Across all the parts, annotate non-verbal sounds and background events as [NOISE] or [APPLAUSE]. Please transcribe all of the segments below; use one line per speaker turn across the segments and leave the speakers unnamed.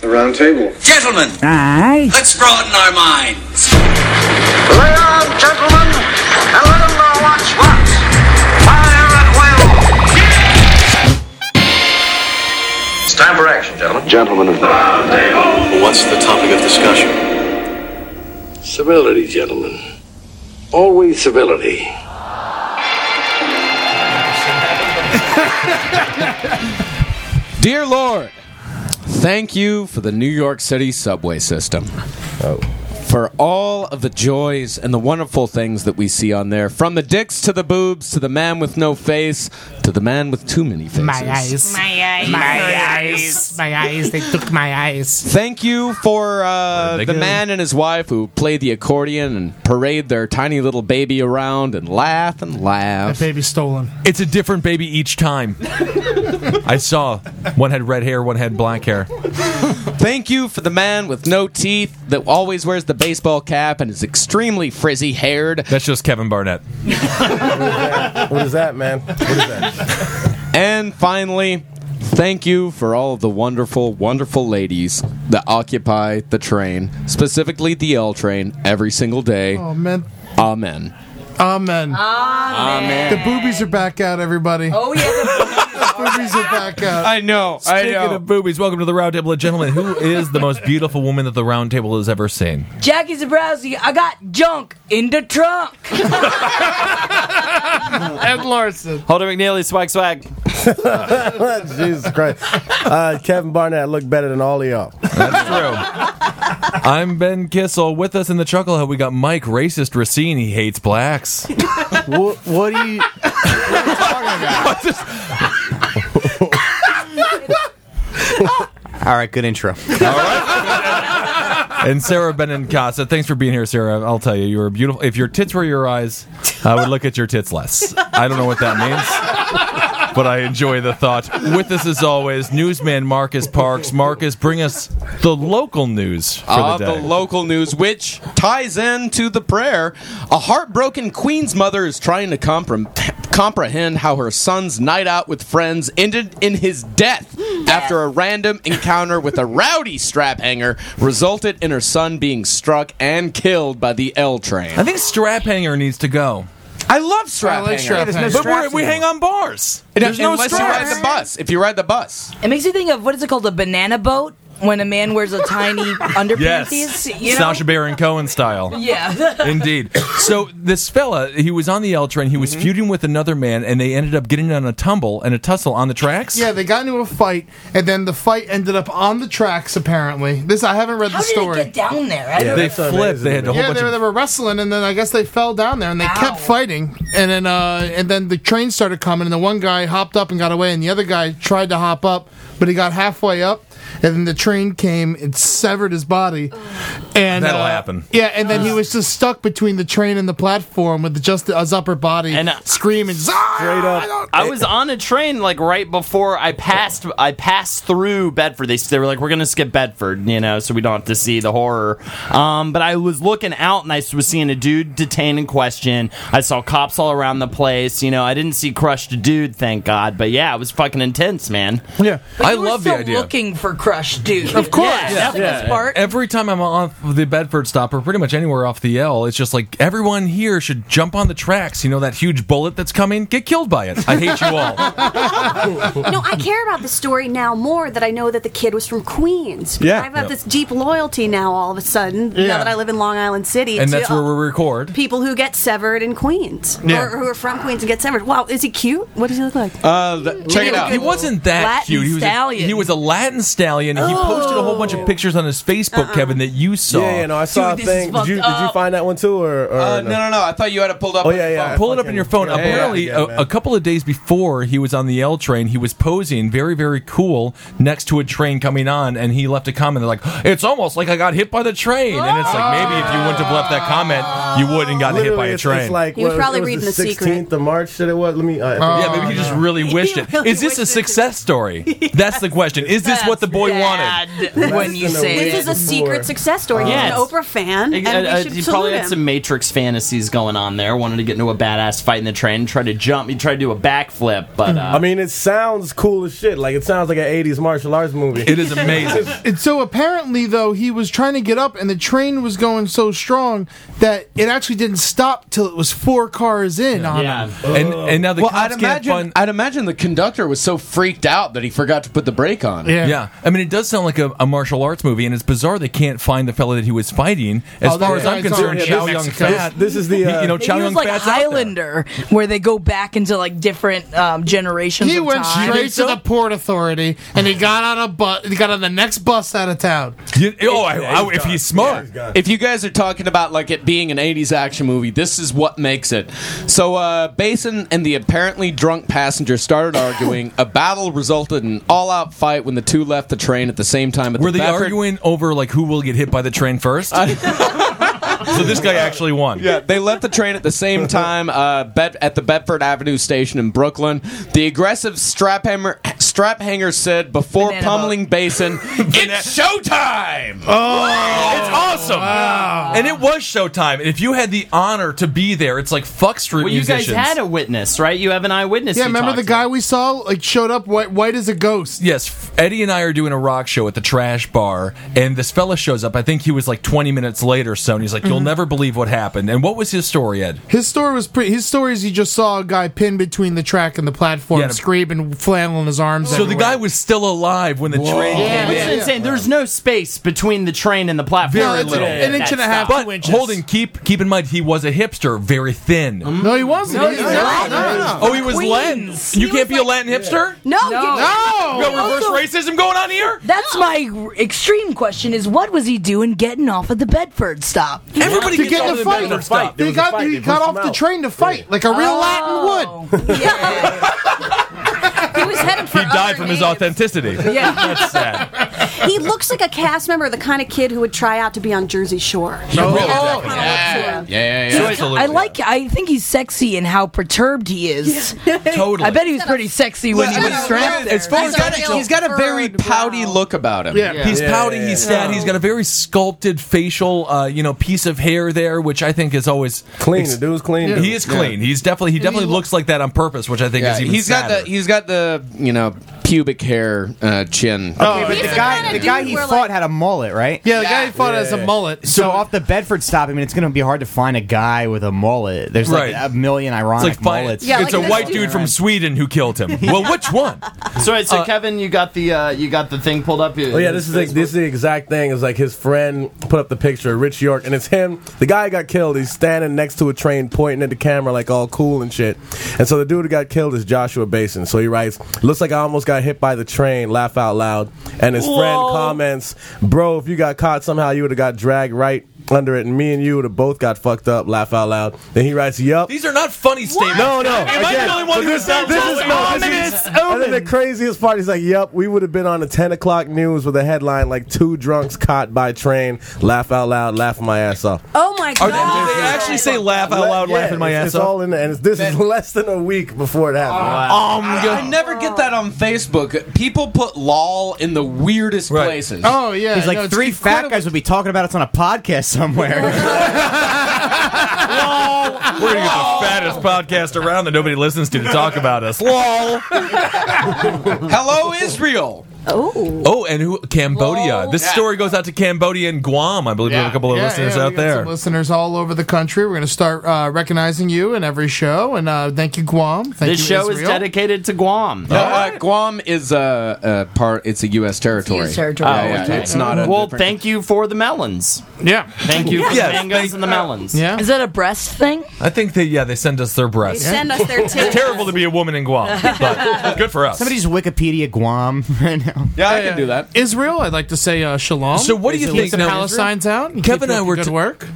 The round table.
Gentlemen,
Aye.
let's broaden our minds.
Lay on, gentlemen, and let 'em know what's what. Fire at will. It's time for action, gentlemen.
Gentlemen of the.
What's the topic of discussion?
Civility, gentlemen. Always civility.
Dear Lord, thank you for the New York City subway system. For all of the joys and the wonderful things that we see on there, from the dicks to the boobs to the man with no face to the man with too many faces.
My eyes.
My eyes.
My eyes. My eyes. They took my eyes.
Thank you for uh, the man and his wife who play the accordion and parade their tiny little baby around and laugh and
That
laugh.
baby's stolen.
It's a different baby each time. I saw one had red hair, one had black hair.
Thank you for the man with no teeth that always wears the baseball cap and is extremely frizzy haired.
That's just Kevin Barnett.
What is that, man? What is that?
And finally, thank you for all of the wonderful, wonderful ladies that occupy the train, specifically the L train, every single day.
Oh,
Amen.
Amen.
Amen.
Amen.
The boobies are back out, everybody.
Oh [LAUGHS] yeah.
Boobies are back out.
I know.
Speaking of boobies, welcome to the Round Table of Gentlemen. Who is the most beautiful woman that the Round Table has ever seen?
Jackie Zabrowski, I got junk in the trunk.
Ed Larson.
Holder McNeely, swag swag.
Oh, Jesus Christ. Uh, Kevin Barnett looked better than all of y'all.
That's true. I'm Ben Kissel. With us in the Chuckle Hut, we got Mike, racist Racine. He hates blacks.
What, what do you?
All right, good intro.
And Sarah Benincasa. Thanks for being here, Sarah. I'll tell you, you were beautiful. If your tits were your eyes, I would look at your tits less. I don't know what that means. But I enjoy the thought. With us, as always, newsman Marcus Parks. Marcus, bring us the local news for
Of
the
Ah, the
day.
local news, which ties in to the prayer. A heartbroken Queen's mother is trying to comprom- comprehend how her son's night out with friends ended in his death after a random encounter with a rowdy strap hanger resulted in her son being struck and killed by the L train.
I think strap hanger needs to go.
I love strap
like
hangers.
strap Yeah, there's no
But we're, we hang on bars. There's no
Unless you ride the
straps.
bus. If you ride the bus.
It makes you think of what is it called, a banana boat, when a man wears a tiny underpanties.
Yes,
You know?
Sasha Baron Cohen style.
Yeah.
Indeed. So this fella, he was on the L train. He was feuding with another man, and they ended up getting on a tumble and a tussle on the tracks.
Yeah, they got into a fight, and then the fight ended up on the tracks. Apparently, this I haven't read
How
the
did
story.
it get down there? I don't
they flipped. They had a whole
yeah,
bunch
they were, they
of.
were wrestling, and then I guess they fell down there, and they
Ow.
kept fighting, and then uh, and then the train started coming, and the one guy hopped up and got away, and the other guy tried to hop up, but he got halfway up, and then the train came and severed his body, and
That'll
uh,
happen.
Yeah, and then he was just stuck between the train and the platform with just his upper body
And, uh,
screaming straight up.
I was on a train like right before I passed. I passed through Bedford. They they were like, "We're gonna skip Bedford," you know, so we don't have to see the horror. Um, but I was looking out and I was seeing a dude detained and questioned. I saw cops all around the place. You know, I didn't see crushed a dude, thank God. But yeah, it was fucking intense, man.
Yeah,
But
I
you were
love the
still
idea.
Looking for Crush Dude. Of course. Yeah, That was part.
Every time I'm off the Bedford stop or pretty much anywhere off the L, it's just like everyone here should jump on the tracks. You know that huge bullet that's coming? Get killed by it. I hate you
[LAUGHS]
all.
no, I care about the story now more that I know that the kid was from Queens.
Yeah.
I've got this deep loyalty now all of a sudden,
Yeah.
now that I live in Long Island City.
and
to,
that's where
uh,
we record.
People who get severed in Queens,
Yeah.
or who are from Queens and get severed. Wow, is he cute? What does he look like?
Uh, th- check it out.
He wasn't that
Latin
cute. He was
stallion.
A, he was a Latin stallion. and He posted a whole bunch of pictures on his Facebook, Kevin, that you saw.
Yeah, yeah, no, I saw
Dude,
a
this is
thing. Did you,
fucked
did you
up.
find that one too, or, or
Uh, no, no, no. I thought you had it pulled up.
Oh
on
yeah,
your
yeah.
phone.
Pull it up on your phone.
Yeah, yeah,
Apparently,
yeah,
a, a couple of days before he was on the L train, he was posing very, very cool next to a train coming on, and he left a comment. They're like, "It's almost like I got hit by the train," and it's like maybe if you wouldn't have left that comment, you wouldn't have gotten hit by
Literally,
a
it's,
train.
it's like
He was
what
probably
it
reading
the
The Secret.
sixteenth of March that it was.
uh,
Let me. I, I
Uh, yeah, maybe he just really wished
He
it.
really
Is this
wished
a
it.
success story? That's the question. Is this what the boy
Dad,
wanted.
when you say This is a secret success story. He's an
Yes.
Oprah fan, and
Uh, uh,
we
he
should
probably
salute
had
him.
some Matrix fantasies going on there. Wanted to get into a badass fight in the train, tried to jump, he tried to do a backflip, but uh,
I mean, it sounds cool as shit. Like it sounds like an '80s martial arts movie.
It is
and so apparently, though, he was trying to get up, and the train was going so strong that it actually didn't stop till it was four cars in on him.
And and now the
well,
cops
I'd
can't
imagine
find-
I'd imagine the conductor was so freaked out that he forgot to put the brake on.
I mean, it does sound like a, a martial arts movie, and it's bizarre they can't find the fella that he was fighting. As
Oh,
far
that's
as I'm
right, it's
concerned,
already
Chow
in
Young
Mexico.
Fat.
This is uh,
the [LAUGHS] you know
He
Chow
was
Young
like
Fat's out there.
Highlander, where they go back into like different um, generations.
He
of
went
time.
straight to the port authority, and he got on a bus. He got on the next bus out of town.
You- oh, I- I- if he's smart.
If you guys are talking about like it being an 80s action movie, this is what makes it. So uh Basin and the apparently drunk passenger
[COUGHS]
started arguing. a battle resulted in an all-out fight when the two left the train at the same time at
Were
the
they
Bedford-
arguing over like who will get hit by the train first? [LAUGHS] so this guy actually won.
Yeah, they left the train at the
[LAUGHS]
same time uh, bet- at the Bedford Avenue station in Brooklyn. The aggressive strap hammer strap hanger said before
Banana
pummeling
[LAUGHS]
Basin, "It's showtime!"
Oh, it's awesome! And it was showtime. And if you had the honor to be there, it's like fuck street
well, you guys
musicians.
had a witness, right? You have an eyewitness.
yeah,
you
remember
talked
the guy we saw like showed up white, white as a ghost.
Yes, F- Eddie and I are doing a rock show at the Trash Bar, and this fella shows up. I think he was like 20 minutes later, or so, and he's like, "You'll
Mhm.
never believe what happened." And what was his story, Ed?
His story was pretty. His story is he just saw a guy pinned between the track and the platform,
Yeah.
screaming, flailing his arms.
So the guy was still alive when the train came
Yeah,
in.
that's insane. There's no space between the train and the platform.
Very little. but Holden, keep keep in mind he was a hipster, very thin.
No, he wasn't.
No,
He-
he
no,
was Latin.
no, no.
Oh, he was Latin. You can't be a Latin hipster.
No,
no.
you-
You got reverse racism going on here.
That's my r- extreme question: Is what was he doing getting off at the Bedford stop?
Everybody
to get in the
There
fight. He
was a
got,
fight.
he
They
got
pushed
off the train to fight like a real Latin would.
[LAUGHS]
He was headed
He
for
died from his authenticity.
Yeah.
that's sad.
other- He looks like a cast member, the kind of kid who would try out to be on Jersey Shore.
Oh,
Oh,
yeah, yeah, yeah,
He's- I like. I think he's sexy and how perturbed he is. [LAUGHS]
Totally.
I bet he was pretty sexy when he was strapped.
As far as
He's got a-
he's got a very pouty look about him.
Yeah. He's pouty, he's sad, he's got a very sculpted facial, uh, you know, piece of hair there, which I think is always
clean. The dude's clean.
He is clean. He's definitely he definitely looks like that on purpose, which I think
Yeah,
is even
he's got
sadder.
the he's got the you know pubic hair uh, chin.
Okay, but the guy, the guy he fought had a mullet, right?
Yeah, the guy he fought has a mullet.
So, off the Bedford stop, I mean, it's going to be hard to find a guy with a mullet. There's like
Right.
a million ironic
it's like fine.
mullets.
it's a white dude from Sweden who killed [LAUGHS] him. Well, which one?
So, wait, so Kevin, you got the uh, you got the thing pulled up.
Oh yeah, this is like this is the exact thing. It's like his friend put up the picture, of Rich York, and it's him. The guy got killed. He's standing next to a train, pointing at the camera like all cool and shit. And so the dude who got killed is Joshua Basin. So he writes, "Looks like I almost got hit by the train." Laugh out loud. And his friend
Whoa.
comments, "Bro, if you got caught somehow, you would have got dragged right under it, and me and you would have both got fucked up." Laugh out loud. Then he writes, "Yup."
These are not funny statements.
No, no.
Am I
Again,
the only one
but
who
this,
said
this is no, this is- And then the craziest part is like, yep, we would have been on the 10 o'clock news with a headline like two drunks caught by train. Laugh out loud, laughing my ass off.
Oh my
Are
god!
they, did they actually say laugh out
Le-
loud,
yeah,
laughing my
it's-
ass
it's
off?
all in there, and it's, this is less than a week before it happened.
Um, I, I never get that on Facebook. People put "lol" in the weirdest places.
Oh,
He's like three fat guys would be talking about us on a podcast
[LAUGHS]
somewhere.
We're gonna get the fattest podcast around that nobody listens to to talk about us. Lol.
[LAUGHS] Hello, Israel.
Oh.
Oh, and who? Cambodia. This story goes out to Cambodia and Guam. I believe we have a couple of
Yeah,
listeners
yeah, we
out
got
there.
some listeners all over the country. We're going to start uh, recognizing you in every show. And uh, thank you, Guam. Thank
this
you,
show is
Israel.
dedicated to Guam.
No, uh, Guam is uh, uh, part. It's a U.S. territory. Yeah,
Oh,
yeah, It's not. A
well,
different-
thank you for the melons.
Yeah.
Thank you for
Yes,
the mangoes and the melons.
Is that a breast thing?
I think they yeah they send us their breasts.
They send us their tits.
It's terrible to be a woman in
[LAUGHS]
Guam, but good for us.
Somebody's Wikipedia Guam right now.
Yeah, I can do that.
Israel, I'd like to say uh, shalom.
So what do you
Get
think
Some
now-
Palestine's out. and
Kevin
keep
and I
up the
were
good
t- [LAUGHS]
work.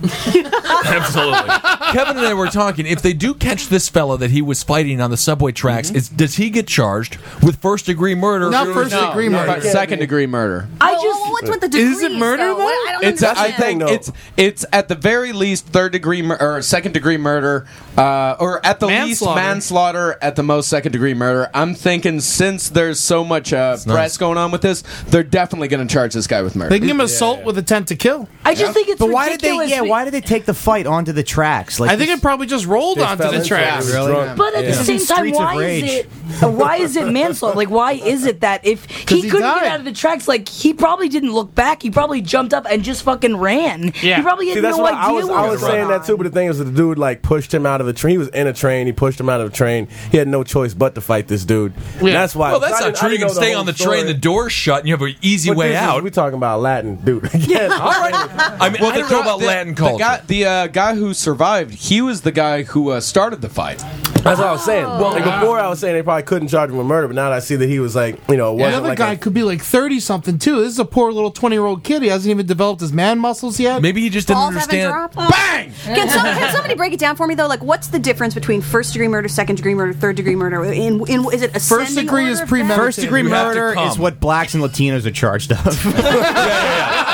Absolutely. Kevin and I were talking. If they do catch this fella that he was fighting on the subway tracks, is, does he get charged with first degree murder?
Not first No, degree no, murder.
Second degree murder.
I just
What's with the degrees? though? What- I don't
It's I
understand.
think it's it's at the very least third degree mur- or second degree murder, uh, or at the
Manslaughter.
least manslaughter, at the most second degree murder. I'm thinking since there's so much uh, press
nice.
going on with this, they're definitely going to charge this guy with murder.
They can give him assault with attempt to kill.
I just Yeah. think it's
but why did they?
ridiculous
Yeah,
be-
why did they take the fight onto the tracks? Like
I think it probably just rolled
They
onto
fell
the
into
tracks.
it, really? Really?
But at
Yeah.
the same
It's in
time,
Streets of
why
Rage.
is it? uh, Why is it manslaughter? Like, why is it that if he,
he
couldn't
died.
get out of the tracks, like he probably didn't look back. He probably jumped up and just fucking ran.
Yeah.
He probably had
See, that's
no
why
idea
I was,
what
I was saying that too, but the thing is, that the dude like pushed him out of the train. He was in a train. He pushed him out of the train. He had no choice but to fight this dude. And That's why.
Well, that's
I
not
didn't- I
true. You
didn't
can
know the
stay
whole
on the
story.
train, the door's shut, and you have an easy
But
way
this is-
out.
we talking about Latin, dude. [LAUGHS]
[LAUGHS]
yeah, all right.
I mean, I don't know about Latin culture.
The guy, the, uh, guy who survived, he was the guy who uh, started the fight.
That's what I was saying.
Oh.
Well, like before, I was saying they probably couldn't charge him with murder, but now that I see that he was like, you know, it
The
wasn't
other
like
guy
a-
could be like thirty something too. This is a poor little twenty year old kid. He hasn't even developed his man muscles yet.
Maybe he just
Balls haven't dropped. Bang! Can, some, can somebody break it down for me though? Like, what's the difference between first degree murder, second degree murder, third degree murder? In, in is it ascending
First degree
order
is
of
premeditated.
First degree murder is what blacks and Latinos are charged of.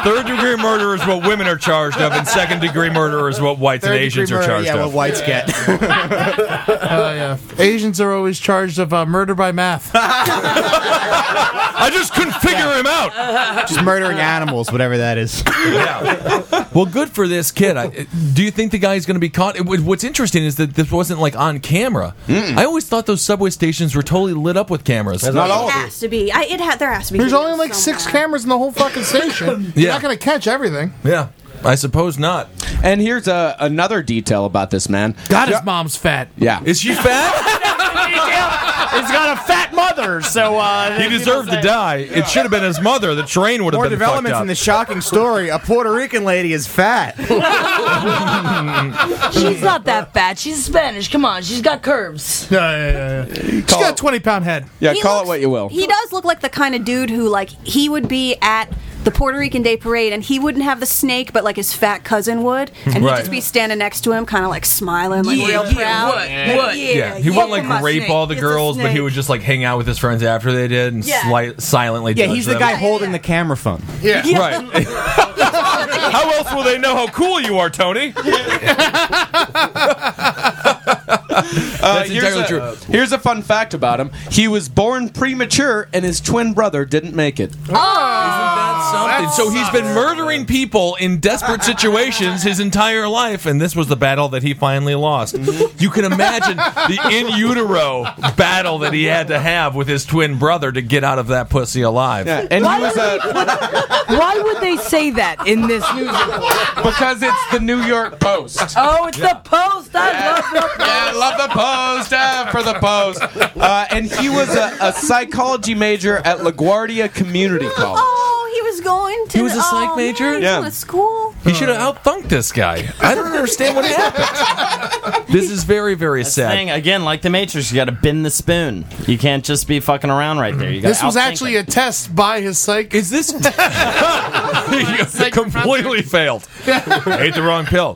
Third degree murder is what women are charged of, and second degree murder is what whites and
Third-degree
Asians are
murder,
charged
yeah,
of.
what whites get.
[LAUGHS]
Oh yeah, Asians are always charged of uh, murder
[LAUGHS]
by math.
I just couldn't figure him out.
Just murdering animals, whatever that is.
Well, good for this kid. I, do you think the guy's going to be caught? It- What's interesting is that this wasn't like on camera. I always thought those subway stations were totally lit up with cameras.
It has to be. I, it ha- there has to be.
There's
video
only like six
somewhere.
cameras in the whole
[LAUGHS]
fucking station. You're
Yeah.
not gonna catch everything.
Yeah, I suppose not.
And here's uh, another detail about this man.
God, his mom's fat.
Yeah,
is she fat?
He's got a fat mother, so uh,
he deserved to die. It should have been his mother. The train would have
More
been fucked
developments
up.
in the shocking story: a Puerto Rican lady is
[LAUGHS]
fat.
was. She's not that fat. She's Spanish. Come on, she's got curves.
Yeah, yeah, yeah. yeah. She's got a twenty pound head.
Yeah,
He
call
looks-
it what you will.
He does look like the kind of dude who, like, he would be at the Puerto Rican Day Parade and he wouldn't have the snake, but like his fat cousin would, and he'd
Right.
just be standing next to him, kind of like smiling, like
Yeah,
real
yeah,
proud.
what,
Like,
what?
Yeah,
yeah, he wouldn't
yeah,
like
my
rape
snake.
all the
It's a
girls, but he
snake.
would just like hang out with his friends after they did and
Yeah.
sli- silently.
yeah,
judge
he's the
them.
guy holding the camera phone.
Yeah.
right. [LAUGHS] how else will they know how cool you are, Tony?
Uh,
That's
here's,
entirely
a,
true.
here's a fun fact about him. He was born premature, and his twin brother didn't make it.
Something. So he's been murdering people in desperate situations his entire life, and this was the battle that he finally lost. You can imagine the in utero battle that he had to have with his twin brother to get out of that pussy alive.
[LAUGHS] Yeah, and he was uh,
Why would they say that in this news report?
[LAUGHS] because it's the New York [LAUGHS] Post.
Oh, it's the Post. I love the
Yeah, I love the post uh, for the post. Uh, and he was a, a psychology major at LaGuardia Community College.
Oh, he was going to.
He was a psych
oh,
major?
Man, he was
Yeah.
going to school.
He should have out thunked this guy. I don't understand what happened. This is very, very sad.
Thing, again, like the Matrix, you got to bend the spoon. You can't just be fucking around right there. You gotta
This was
outthink
actually a test by his psych.
Is
[LAUGHS]
this
[LAUGHS]
completely failed? Ate the wrong pill.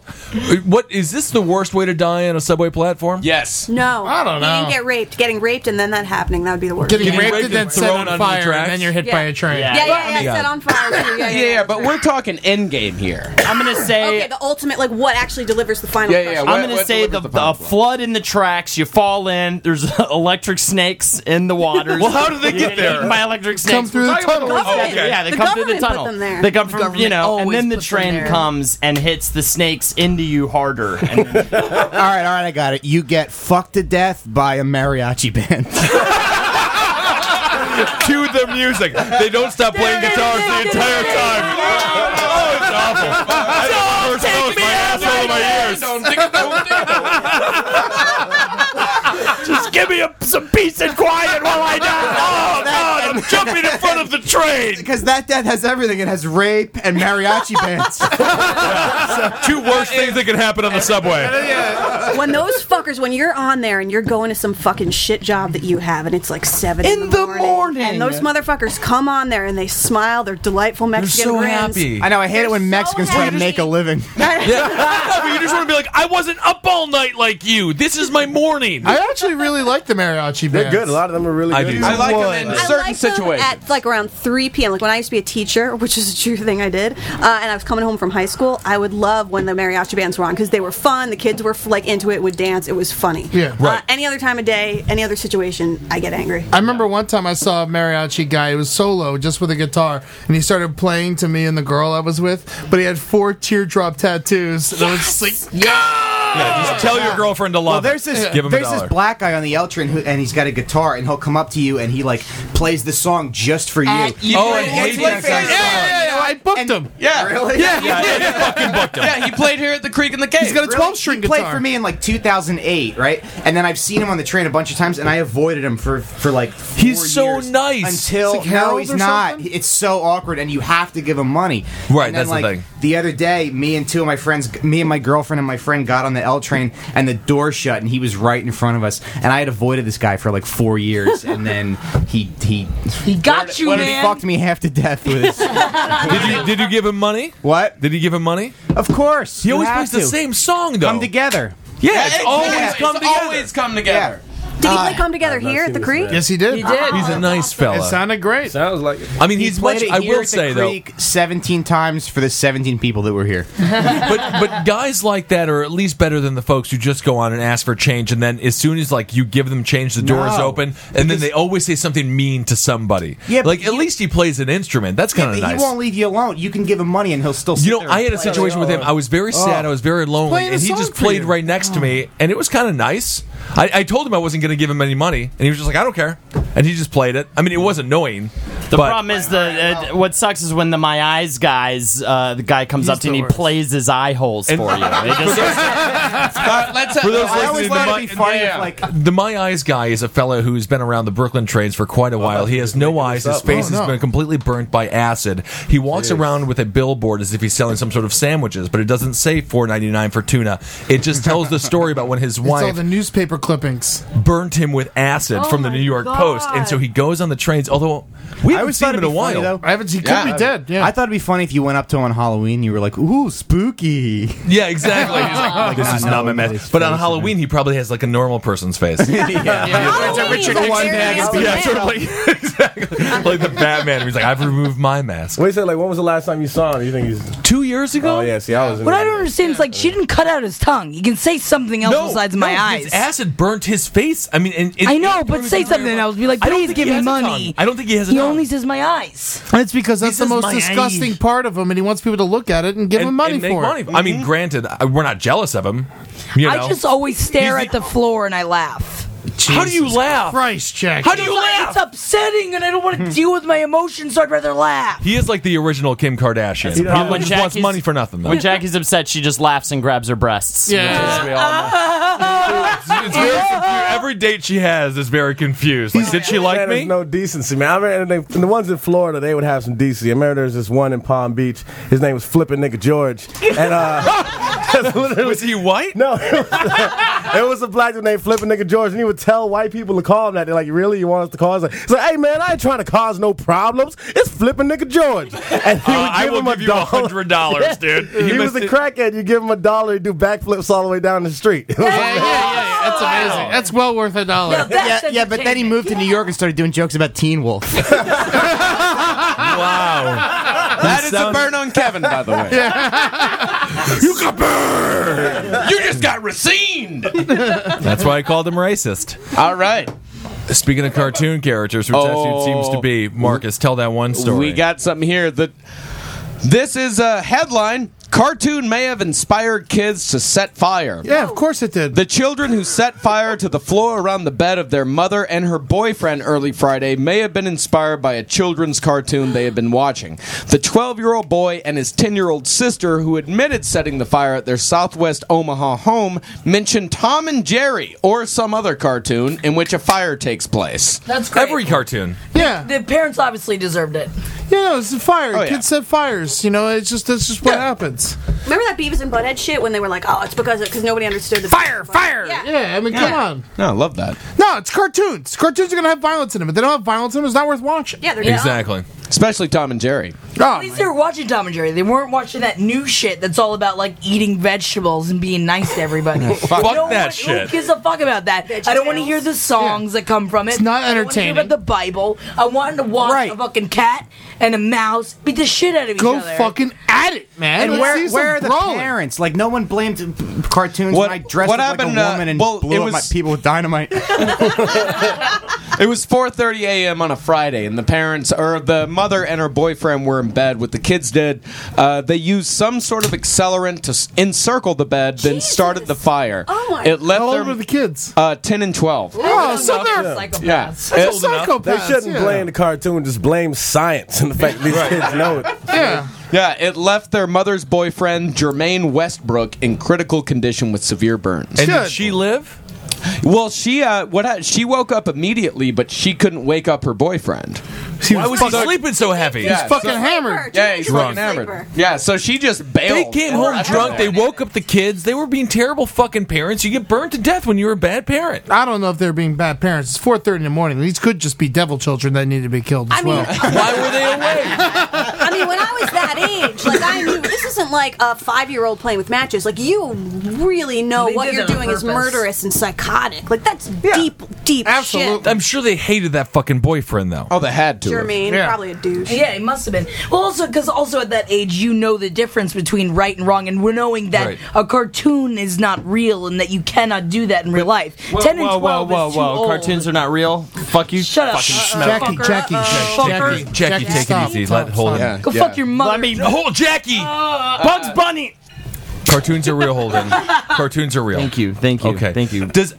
What is this? The worst way to die on a subway platform?
Yes.
No,
I don't
He
know.
didn't get raped. Getting raped and then that happening—that would be the worst.
Getting
yeah.
raped,
raped
and then
and
set
thrown
on
under the
fire,
tracks?
and then you're hit by a train.
Yeah.
Yeah, yeah, yeah,
Yeah.
set on fire. Too. Yeah, yeah,
Yeah, yeah, but we're talking endgame here.
I'm gonna say.
okay, the ultimate, like, what actually delivers the final?
Yeah, yeah,
crush?
what-
I'm gonna
what
say the,
delivers
the,
the final blow?
flood in the tracks. You fall in. There's [LAUGHS] electric snakes in the water.
Well, how did they get there?
By electric snakes.
Come through the tunnel.
Oh,
Government.
okay. Yeah, they
The
come through the
government put
tunnel.
them there.
They come
The
from you
government
know, and
always
then the
puts them
train
there.
comes and hits the snakes into you harder. And then-
all right, all right, I got it. You get fucked to death by a mariachi
[LAUGHS]
band.
to the music. They don't stop playing guitars the entire time. Oh, it's awful. I first closed my asshole to my ears. Just give me a, some peace and quiet while I die. Oh, God, I'm jumping in front of the train.
Because that death has everything. It has rape and mariachi bands.
Two worst things that can happen on the subway.
Yeah.
when those fuckers, when you're on there and you're going to some fucking shit job that you have, and it's like seven in, the, morning, and those motherfuckers come on there and they smile, they're delightful Mexican grins.
I know. I hate it when Mexicans try to make a living.
Yeah. but you just want to be like, I wasn't up all night like you. This is my morning.
I actually really like the mariachi bands.
They're good. A lot
of them are really
I good. do. I like them in
I
certain
like them
situations.
At like around 3 p.m., like when I used to be a teacher, which is a true thing I did, uh, and I was coming home from high school, I would love when the mariachi bands were on because they were fun. The kids were like into it, would dance. It was [LAUGHS] funny.
Yeah.
Uh, any other time of day, any other situation, I get angry.
I remember one time I saw a mariachi guy. It was
Oh,
solo, just with a guitar, and he started playing to me and the girl I was with. But he had four teardrop tattoos, and I was just like,
Yeah, just tell your girlfriend to love.
Well, there's
it.
this
Give him
there's
a
this
dollar.
black guy on the L train who, and he's got a guitar and he'll come up to you and he like plays the song just for you.
you. Oh, and hates that song. Yeah, yeah, yeah,
I booked him.
Yeah,
really?
Yeah, yeah, yeah,
[LAUGHS]
fucking
booked
him. Yeah, he played here at the Creek in the Cave.
He's got a 12 string he played for me in like 2008, right? And then I've seen him on the train a bunch of times and I avoided him for for like four
He's so nice.
until
It's like
no,
Harold
he's
or
not.
something?
It's so awkward and you have to give him money. And
Right,
then,
that's the
like,
thing.
The other day, me and two of my friends, me and my girlfriend and my friend got on the L train and the door shut and he was right in front of us and I had avoided this guy for like 4 years and then he he
He got you,
Well,
man.
He fucked me half to death with his
did you did you give him money?
What?
Did you give him money?
Of course.
He
you
always
have
plays the
to.
same song though.
Come together.
Yeah, it's always
come together. Always come together.
Did he play Come Together here at the Creek?
Yes, he did.
He did.
He's a nice fella.
It sounded great.
Sounds like it.
I mean,
He
he's
played
much.
it
I
here at
will
the
say though,
Creek 17 times for the 17 people that were here.
but but guys like that are at least better than the folks who just go on and ask for change, and then as soon as like you give them change, the door is
No.
open, and then they always say something mean to somebody.
Yeah, but
like at least he plays an instrument. That's kind of
He
nice.
won't leave you alone. You can give him money and he'll still
You know, I had a situation with him. I was very sad. I was very lonely,
Playing a
and he
song
just
for
played
you. Oh.
right next to me, and it was kind of nice. I, I told him I wasn't going to give him any money, and he was just like, "I don't care," and he just played it. I mean, it was annoying.
The
but
problem is the uh, what sucks is when the my eyes guys uh, the guy comes up to you and he plays his eye holes for you. It just-
Let's uh,
For those
I
listening,
always
the
let
my,
it be funny if,
like
the My Eyes guy is a fellow who's been around the Brooklyn trains for quite a while. He has no eyes. His
up.
face
Oh, no.
has been completely burnt by acid. He walks around with a billboard as if he's selling some sort of sandwiches, but it doesn't say four ninety nine for tuna. It just tells the story about when his
It's all
wife
the newspaper clippings.
burnt him with acid
Oh
from the
my
New York Post, and so he goes on the trains. Although we haven't seen him in a while.
I haven't. He could be dead. Yeah.
I thought it'd be funny if you went up to him on Halloween. You were like, "Ooh, spooky."
Yeah, exactly. He's [LAUGHS]
[LAUGHS]
[LAUGHS]
like, "Oh, this is not my mess. But on Halloween, he probably has like a normal person's face. yeah,
Oh,
yeah, sort of like [LAUGHS] exactly like the Batman. He's like, I've removed my mask.
What do you say? Like, when was the last time you saw him? You think he's
two years ago?
Oh yeah, see, I was. In
What I don't understand is like she didn't cut out his tongue. You can say something else besides my
no,
eyes.
His acid burnt his face. I mean, and, and
I know,
it
but
threw
say
the entire-
something else. Be like,
I don't
please
think
give
he
me
has a
money.
tongue. I don't think he has. A
He
tongue.
only says my eyes.
It's because that's the
is
most
my
disgusting
age.
part of him, and he wants people to look at it and give him money
and make
for
money.
it.
I mean, granted, I- we're not jealous of him. You know?
I just always stare at the floor and I laugh.
How do you laugh?
Christ, Jack.
How do you
Because I-
laugh?
It's upsetting, and I don't want to deal with my emotions, so I'd rather laugh.
He is like the original Kim Kardashian.
That's the problem
He [LAUGHS]
with
just
Jack
wants
is-
money for nothing. Though.
when Jackie's upset, she just laughs and grabs her breasts.
Yeah.
Which is- we all know.
It's very confused. Every date she has is very confused. Like, did she like
There's
me?
no decency, man. I remember and they, and the ones in Florida, they would have some decency. I remember there was this one in Palm Beach. His name was Flippin' Nigga George, and uh,
[LAUGHS] was he white?
No, it was, it was a black dude named Flippin' Nigga George, and he would tell white people to call him that. They're like, "Really, you want us to call?" us that?" He's like, "Hey, man, I ain't trying to cause no problems. It's Flippin' Nigga George." And he
Uh,
would
I
give
will
him a
give you a
dollar. [LAUGHS]
hundred dollars, dude.
He, was a crackhead. You give him a dollar, he do backflips all the way down the street. [LAUGHS] It was like-
That's
[LAUGHS]
amazing. That's well worth a dollar.
yeah, yeah, but then he moved to New York and started doing jokes about Teen Wolf.
wow.
That is a burn on Kevin, by the
[LAUGHS]
way.
You got burned.
You just got Racined.
That's why I called him racist.
All right.
Speaking of cartoon characters, which
Oh.
that's who it seems to be, Marcus, tell that one story.
We got something here that this is a headline. Cartoon may have inspired kids to set fire.
Yeah, of course it did.
The children who set fire to the floor around the bed of their mother and her boyfriend early Friday may have been inspired by a children's cartoon they had been watching. The 12 year old boy and his 10 year old sister, who admitted setting the fire at their southwest Omaha home, mentioned Tom and Jerry or some other cartoon in which a fire takes place.
That's great.
Every cartoon.
Yeah.
The parents obviously deserved it.
You know, it's a fire.
Oh,
Kids
yeah.
set fires. You know, it's just that's just what happens.
Remember that Beavis and Butthead shit when they were like, oh, it's because because nobody understood the fire, fire. Yeah,
I mean, come on.
No, I love that.
No, it's cartoons. Cartoons are gonna have violence in them. If they don't have violence in them, it's not worth watching.
Yeah, they're
Especially Tom and Jerry.
At least they were watching Tom and Jerry. They weren't watching that new shit that's all about like eating vegetables and being nice to everybody.
Yeah, fuck
You don't
that
want-
shit.
Who gives a fuck about that? I don't want to hear the songs that come from it. It's not I don't wanna hear about the Bible. I wanted to watch a fucking cat and a mouse beat the shit out of each
Go
other.
fucking at it, man.
And
Let's see
where,
some
where are the
brawling.
parents? Like no one blamed cartoons when
What-
I dressed
what
up like a
happened, uh,
woman and
well, it
blew up my
was-
people with dynamite.
It was 4:30 a.m. on a Friday, and the parents or the mother and her boyfriend were in bed. What the kids did, uh, they used some sort of accelerant to s- encircle the bed, then started the fire.
Oh my-
It left
How old
their-
were the kids?
Uh, Ten and twelve.
Oh, so they're
Yeah,
They're
It-
They shouldn't
yeah.
blame the cartoon. Just blame science and the fact that these kids know it.
Yeah.
Yeah, it left their mother's boyfriend Jermaine Westbrook in critical condition with severe burns.
And did she live?
Well, she uh, what ha- she woke up immediately, but she couldn't wake up her boyfriend.
Why was he sleeping so heavy?
Yeah, he's
Drunk.
fucking hammered. Yeah, so she just bailed.
They came home drunk. They woke up the kids. They were being terrible fucking parents. You get burned to death when you're a bad parent.
[LAUGHS] I
Ah.
don't know if they're being bad parents. It's four thirty in the morning. These could just be devil children that need to be killed as [LAUGHS] well.
Why were they away?
I mean, when I was that age, like I knew this isn't like a five-year-old playing with matches. Like you really know
They
what
did
you're
it on
doing is
purpose.
murderous and psychotic. Like that's deep, deep shit.
I'm sure they hated that fucking boyfriend though.
Oh, they had
Jermaine, probably a douche.
Yeah, it must have been. Well, also because also at that age, you know the difference between right and wrong, and we're knowing that
Right.
a cartoon is not real and that you cannot do that in real life.
Whoa,
Ten and
whoa,
twelve
whoa,
is too
whoa,
old.
Cartoons are not real. Fuck you. [LAUGHS]
Shut up,
Fucking
uh,
smell.
Jackie, fucker. Jackie, Uh-oh. Jackie,
Jackie,
Jackie, take it stop,
easy. Let- stop, hold stop. him.
Go
Yeah.
fuck your mother.
Let me- hold Jackie.
Bugs Bunny.
Cartoons are real, Holden. Cartoons are real. Thank
you. Thank
you. Okay.
Thank you.
Does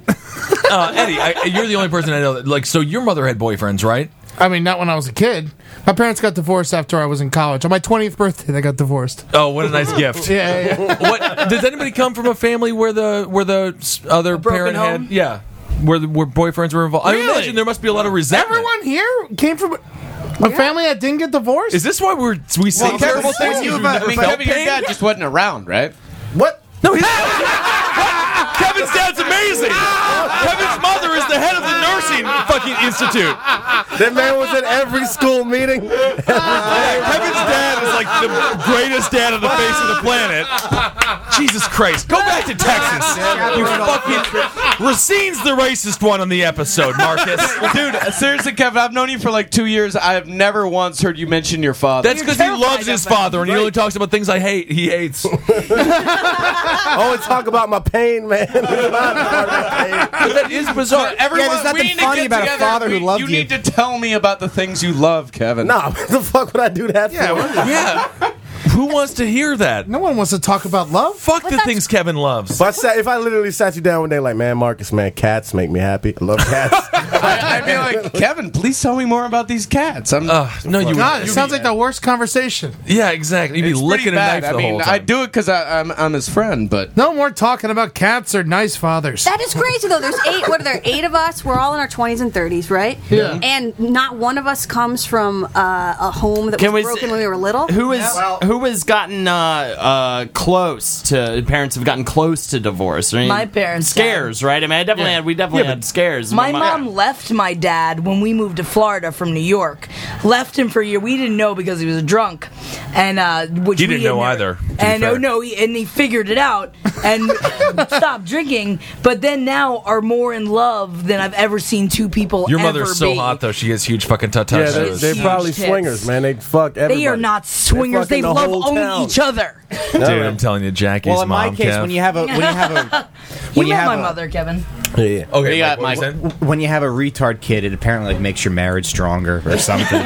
uh, Eddie? I, you're the only person I know. That, like, so your mother had boyfriends, right?
I mean, not when I was a kid. My parents got divorced after I was in college. On my twentieth birthday, they got divorced.
Oh, what a nice [LAUGHS] gift.
[LAUGHS]
Yeah, yeah,
What does anybody come from a family where the where the s- other parent
home?
had? Yeah. Where, the, where boyfriends were involved. I
Really?
imagine there must be a lot of resentment.
Everyone here came from a family that didn't get divorced.
Is this why we're we say
Well,
terrible
there's-
things?
you
because we've
about-
never
but
felt
Kevin, your
pain?
dad
just wasn't around, right?
What?
No, he's. [LAUGHS] Kevin's dad's amazing. Kevin's mother is the head of the nursing fucking institute.
That man was at every school meeting.
Kevin's dad is like the greatest dad on the face of the planet. Jesus Christ, go back to Texas. You fucking Racine's the racist one on the episode, Marcus.
Dude, seriously, Kevin, I've known you for like two years. I've never once heard you mention your father.
That's because he loves his father and he only talks about things I hate. He [LAUGHS] hates.
Always talk about my pain, man. [LAUGHS]
that is bizarre.
Everyone-
there's nothing
we need to
funny
get
about
together.
a father
We-
who loved
you
you. You need to tell me about the things you love, Kevin.
Nah, [LAUGHS] what the fuck would I do that for?
yeah. Who wants to hear that?
No one wants to talk about love.
Fuck the things Kevin loves.
If I, sat, if I literally sat you down one day, like, man, Marcus, man, cats make me happy. I love cats.
[LAUGHS] I'd be like, Kevin, please tell me more about these cats. I'm
uh, no, you
God, it sounds like the worst conversation.
Yeah, exactly. You'd be
It's pretty
licking a
bad.
knife the
I mean,
whole
I
time.
do it because I'm, I'm his friend, but
No more talking about cats or nice fathers.
That is crazy though. There's eight. What are there? Eight of us. We're all in our 20s and 30s, right?
Yeah.
And not one of us comes from uh, a home that
Can
was
we s-
broken when we were little.
Who is who has gotten uh, uh, close to parents have gotten close to divorce? I mean,
My parents
scares, right? I mean, I definitely
Yeah.
had we definitely
Yeah, but
had scares.
My mom left my dad when we moved to Florida from New York. Left him for a year. We didn't know because he was drunk, and uh, which
He
we
didn't know
ignored.
either, to be
And oh
fair.
no, he, and he figured it out
[LAUGHS]
and stopped drinking. But then now are more in love than I've ever seen two people.
Your
ever
mother's so
be.
hot though; she gets huge fucking
yeah,
tattoos.
they're, they're probably
tits.
swingers, man. They fuck everybody.
They are not swingers.
fucking
They,
the
love
whole
only
town.
each other.
Dude,
No, man.
I'm telling you, Jackie's
Well, in my
mom.
case,
Kev.
when you have a when you have a
You
when you
met
have
my
a-
mother, Kevin.
yeah.
Okay,
Yeah,
Mike, what were you
w- when you have a retard kid, it apparently like makes your marriage stronger or something.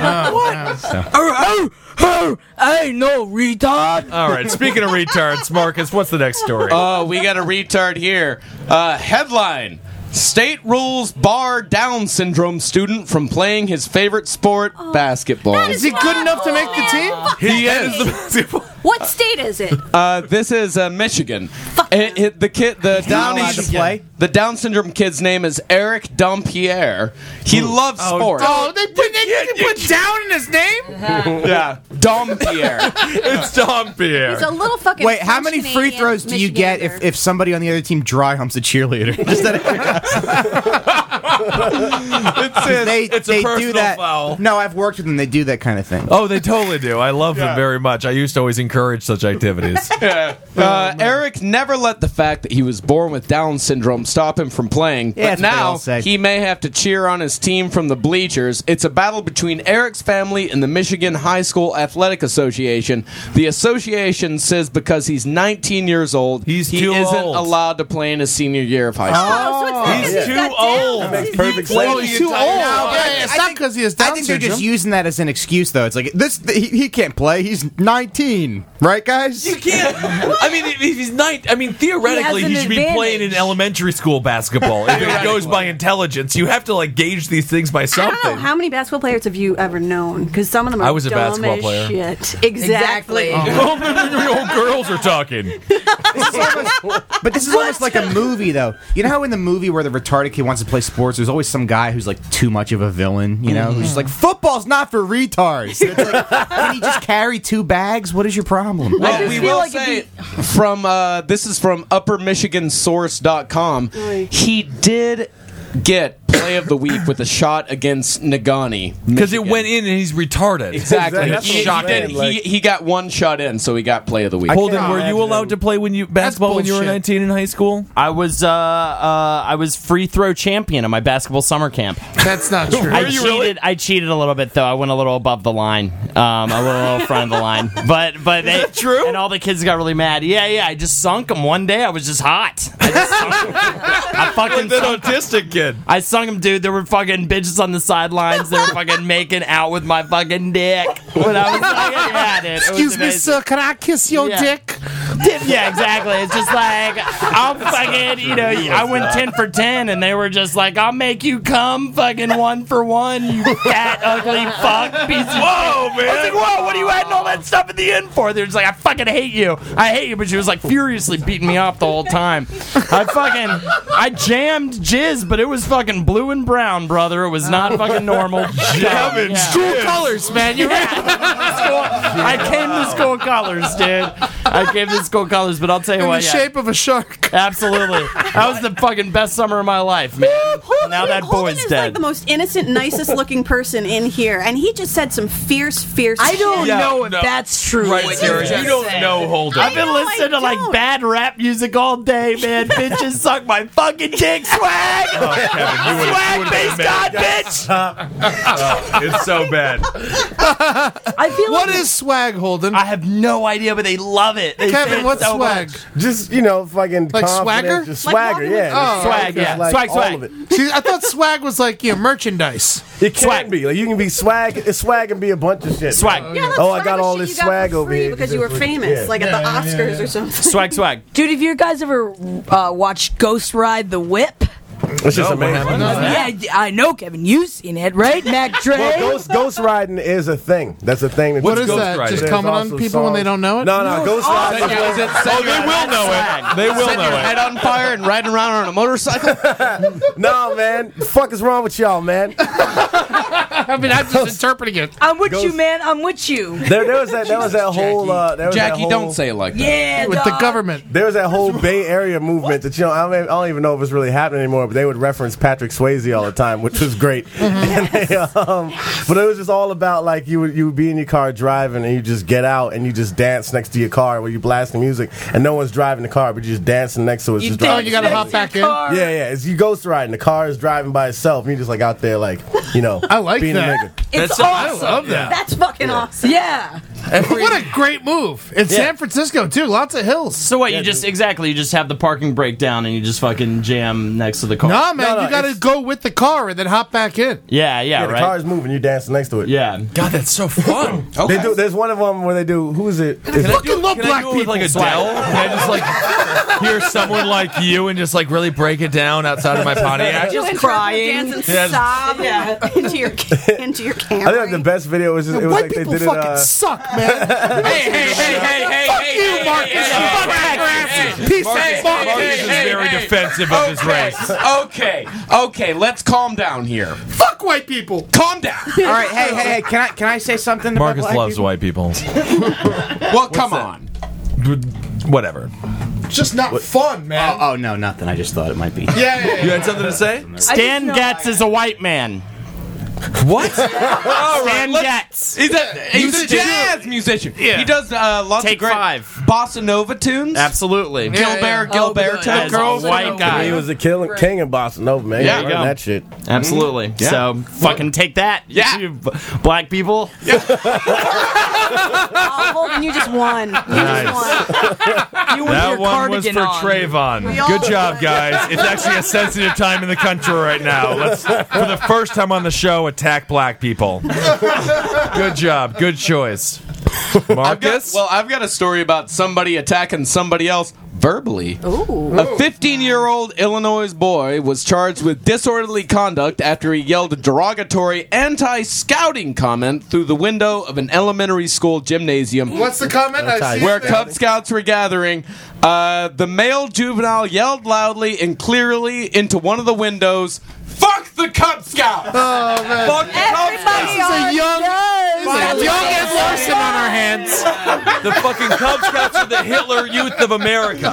Oh, oh, I know, retard.
All right. Speaking of retards, Marcus, what's the next story?
Oh, we got a retard here. Uh, headline. State rules bar Down syndrome student from playing his favorite sport, basketball.
Is he good enough to make the team?
he is. the basketball-
What state is it?
Uh, this is uh, Michigan. It- it- the kid, the
not
Down
allowed to play?
the Down syndrome kid's name is Eric Dompierre. He loves sports.
Oh, they put, they put down in his name?
[LAUGHS] yeah, Dompierre.
it's Dompierre.
It's a little fucking.
Wait, how many
French
free
Canadian
throws do you get if,
Michigander.
if somebody on the other team dry humps a cheerleader? [LAUGHS] Just that- 'cause
his-
they,
it's a
they do
personal
that.
foul.
No, I've worked with them. They do that kind of thing.
Oh, they totally do. I love them very much. I used to always encourage such activities.
Yeah. Uh, Eric never let the fact that he was born with Down syndrome stop him from playing.
Yeah, that's
but
what they all
now
say.
he may have to cheer on his team from the bleachers. It's a battle between Eric's family and the Michigan High School Athletic Association. The association says because he's 19 years old, he's he
too
isn't
old.
allowed to play in his senior year of high
Oh.
Oh,
school.
he's too old. That makes
perfect
Well, he's too old. Yeah, it's not because he has Down
I think they're
syndrome.
just using that as an excuse, though. It's like this: th- he, he can't play. He's 19, right, guys? You
can't. [LAUGHS] I mean, if he's nine, I mean, theoretically,
He
he,
has an
should be playing in elementary school basketball. if it goes by intelligence, you have to like gauge these things by
I don't know
[LAUGHS] something.
how many basketball players have you ever known? Because some of them are
I was a
dumb
basketball
as
player.
Shit. Exactly.
Your girls are talking.
But this is almost like a movie, though. You know how in the movie where the retarded kid wants to play sports, there's always some guy who's like too much of a villain. You know, who's just like football's not for retards. It's like, can he just carry two bags? What is your problem?
Well, we will say from uh, this is from uppermichigansource.com. He did get play of the week with a shot against Nagani
Because it went in and he's retarded.
Exactly.
That's
He,
shocking.
he, he, he got one shot in, so he got play of the week.
Holden, were you allowed to play when you basketball when you were
bullshit.
19 in high school?
[LAUGHS] I was uh, uh, I was free throw champion at my basketball summer camp.
That's not
Oh,
true.
I cheated. I cheated a little bit though. I went a little above the line, um, a little [LAUGHS] in front of the line. But but they, true. And all the kids got really mad. Yeah, yeah. I just sunk them one day. I was just hot. I, just sunk 'em. I fucking
That
sunk 'em.
autistic kid.
I sunk them, dude. There were fucking bitches on the sidelines. They were fucking making out with my fucking dick when I
[LAUGHS]
was fucking at it. It was
Excuse me,
amazing.
sir. Can I kiss your
Yeah.
dick?
yeah, exactly. It's just like
[LAUGHS]
I'm fucking, you know, I went ten for ten, and they were just like, "I'll make you come, fucking one for one, you fat, ugly fuck piece of
Whoa,
shit." I was like, "Whoa, what are you adding all that stuff at the end for?" They're just like, "I fucking hate you, I hate you," but she was like furiously beating me up the whole time. I fucking, I jammed jizz, but it was fucking blue and brown, brother. It was not fucking normal.
Jamming
School colors, man. You're right. [LAUGHS] School- I came to school colors, dude. I came to school colors, but I'll tell you
In
what.
the
yeah.
shape of a shark.
Absolutely. That was the fucking best summer of my life, man. Now that
Holden
boy's
is like
dead.
the most innocent, nicest looking person in here, and he just said some fierce, fierce.
I don't
shit.
know if that's true.
Right,
what
Sarah,
just
you don't
said.
know Holden.
I've been listening to like bad rap music all day, man. [LAUGHS] Bitches suck my fucking dick swag.
Kevin, you would've- you
swag
would've
based
been
God,
mad.
bitch.
Oh, it's so bad.
I feel
What
like
is swag, Holden?
I have no idea, but they love it. They say
Kevin,
it
what's
so
swag?
much.
Just you know, fucking
Like
confidence,
swagger?
just
Like
swagger,
Hollywood-
yeah, just
Oh.
Swag, yeah.
like
Swag,
all
swag.
of it.
See, I thought swag was like your merchandise.
It can
Swag.
be like you can be swag. It's swag and be a bunch of shit.
Swag.
man.
Yeah,
that's
oh, I
swag
got
and
all
shit
this
you got
swag
for
over
free
here
because you were
Just like-
famous,
yeah.
like at the Oscars or something.
Swag, swag.
dude. Have you guys ever uh, watched Ghost Ride the Whip?
It's just amazing.
Yeah, I know, Kevin. You've seen it, right, Mac Dre?
Well, ghost ghost riding is a thing. That's a thing. That
What
you
is
do.
that?
There's
Just coming on
also
people when they
songs-
don't know it?
No, no, ghost riding.
Oh, they will know it. They will
Set your
know
head
it.
on fire and riding around on a motorcycle.
No, man. The fuck is wrong with y'all, man?
I mean, I'm just
[LAUGHS]
interpreting it.
I'm with you,
Ghost-
man. I'm with you.
There, there was that. There was that whole. Uh, there was that
Jackie,
whole-
don't say it like that.
Yeah,
With the
dog.
government.
There was that whole Bay Area movement that you know I don't, even- I don't even know if it's really happening anymore, but they would reference Patrick Swayze all the time, which was
[LAUGHS]
great.
Mm-hmm.
[LAUGHS] And they, um, but it was just all about like you would you would be in your car driving and you just get out and you just dance next to your car where you blast the music and no one's driving the car, but you're just dancing next to it. It's
You
just
dance
Oh,
driving.
you gotta hop back in.
Yeah, yeah. It's you ghost riding. The car is driving by itself. And you're just like out there, like you know.
I like
being
that.
a nigga.
It's
That's- I
awesome.
love that.
That's fucking awesome.
Yeah.
What a great move. In San Francisco, too. Lots of hills.
So what? you just exactly. You just have the parking brake down, and you just fucking jam next to the car.
Nah, man,
no,
you gotta
it's-
go with the car and then hop back in.
Yeah, yeah,
Yeah, the
right.
car is moving. You're dancing next to it.
yeah.
God, that's
[LAUGHS]
so fun.
They do, there's one of them where they do. Who is it? It's-
Fucking love
Can I
black
do it with
people.
like Adele? Can I just like hear someone like you and just like really break it down outside of my Pontiac?
Just
Just
crying.
crying, dancing, sobbing into your. into your
I
camera.
think like the best video was just, it was
white
like they
people
did it.
fucking
Uh,
suck,
[LAUGHS]
man.
hey, hey, hey, hey, hey,
Fuck
hey,
you,
hey,
Marcus.
hey, hey,
Fuck
hey,
that.
hey,
Piece
hey,
of
hey,
fuck.
hey,
is
hey,
very
hey.
defensive of his race. Okay, okay, let's calm down here.
Fuck white people.
Calm
[LAUGHS]
down.
All right, hey, hey, hey, can I can I say something? about
Marcus
black
loves
people?
white people.
well, come on.
Whatever.
Just not fun, man.
Oh, oh, no, nothing. I just thought it might be.
Yeah, yeah,
You had something to say?
Stan Getz is a white man.
What?
Stan Getz.
[LAUGHS] He's a, he's a jazz musician.
Yeah.
He does uh, lots
Take
of great
five.
bossa nova tunes.
Absolutely.
Gilbert,
Yeah, yeah.
Gilbert,
Oh, good. As a white guy.
He was the killing king in Boston over man.
Yeah,
Yeah,
you go.
that shit.
Mm-hmm. Absolutely.
Yeah.
So fucking take that. Yeah. You b- black people.
oh, Holden, you just won. You just won.
You with
That
your
one was
cardigan
for
on.
Trayvon.
all
Good job, guys. It's actually a sensitive time in the country right now. Let's, for the first time on the show, attack black people. Good job. Good choice.
I've got- well, I've got a story about somebody attacking somebody else verbally. A 15 year old Illinois boy was charged with disorderly conduct after he yelled a derogatory anti scouting comment through the window of an elementary school gymnasium.
What's the comment? I see
Where
it.
Cub Scouts were gathering, uh, the male juvenile yelled loudly and clearly into one of the windows. Fuck the Cub Scouts!
Oh, man.
Fuck the Cub Scouts!
This is a young, this is a young Ed Larson on our hands.
The fucking Cub Scouts
[LAUGHS]
are the Hitler Youth of America.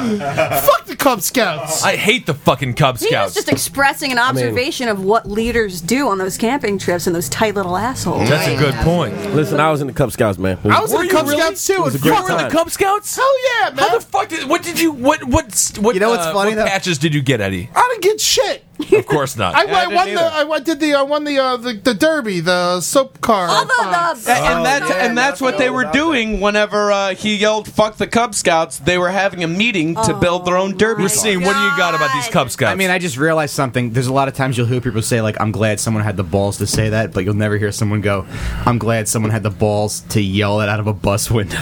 Fuck the Cub Scouts.
I hate the fucking Cub
He was
Scouts.
just expressing an observation of what leaders do on those camping trips and those tight little assholes.
That's a good point. Listen, I was in the Cub Scouts, man.
I was in the Cub Scouts too.
It was a
and
great
fuck-
time.
Cub Scouts?
Hell yeah, man.
How the fuck did? What did you? What? What? What?
You know what's
uh,
funny,
What
though?
patches did you get, Eddie?
I didn't get shit.
Of course not.
I, I won the I won- did the I won the uh, the, the derby the soap car. Oh,
A- and that's and that's what they were doing. Whenever uh, he yelled "fuck the Cub Scouts," they were having a meeting to build their own derby.
Racine, what do you got about these Cub Scouts?
I mean, I just realized something. There's a lot of times you'll hear people say, like, I'm glad someone had the balls to say that, but you'll never hear someone go, I'm glad someone had the balls to yell that out of a bus
[LAUGHS]
window.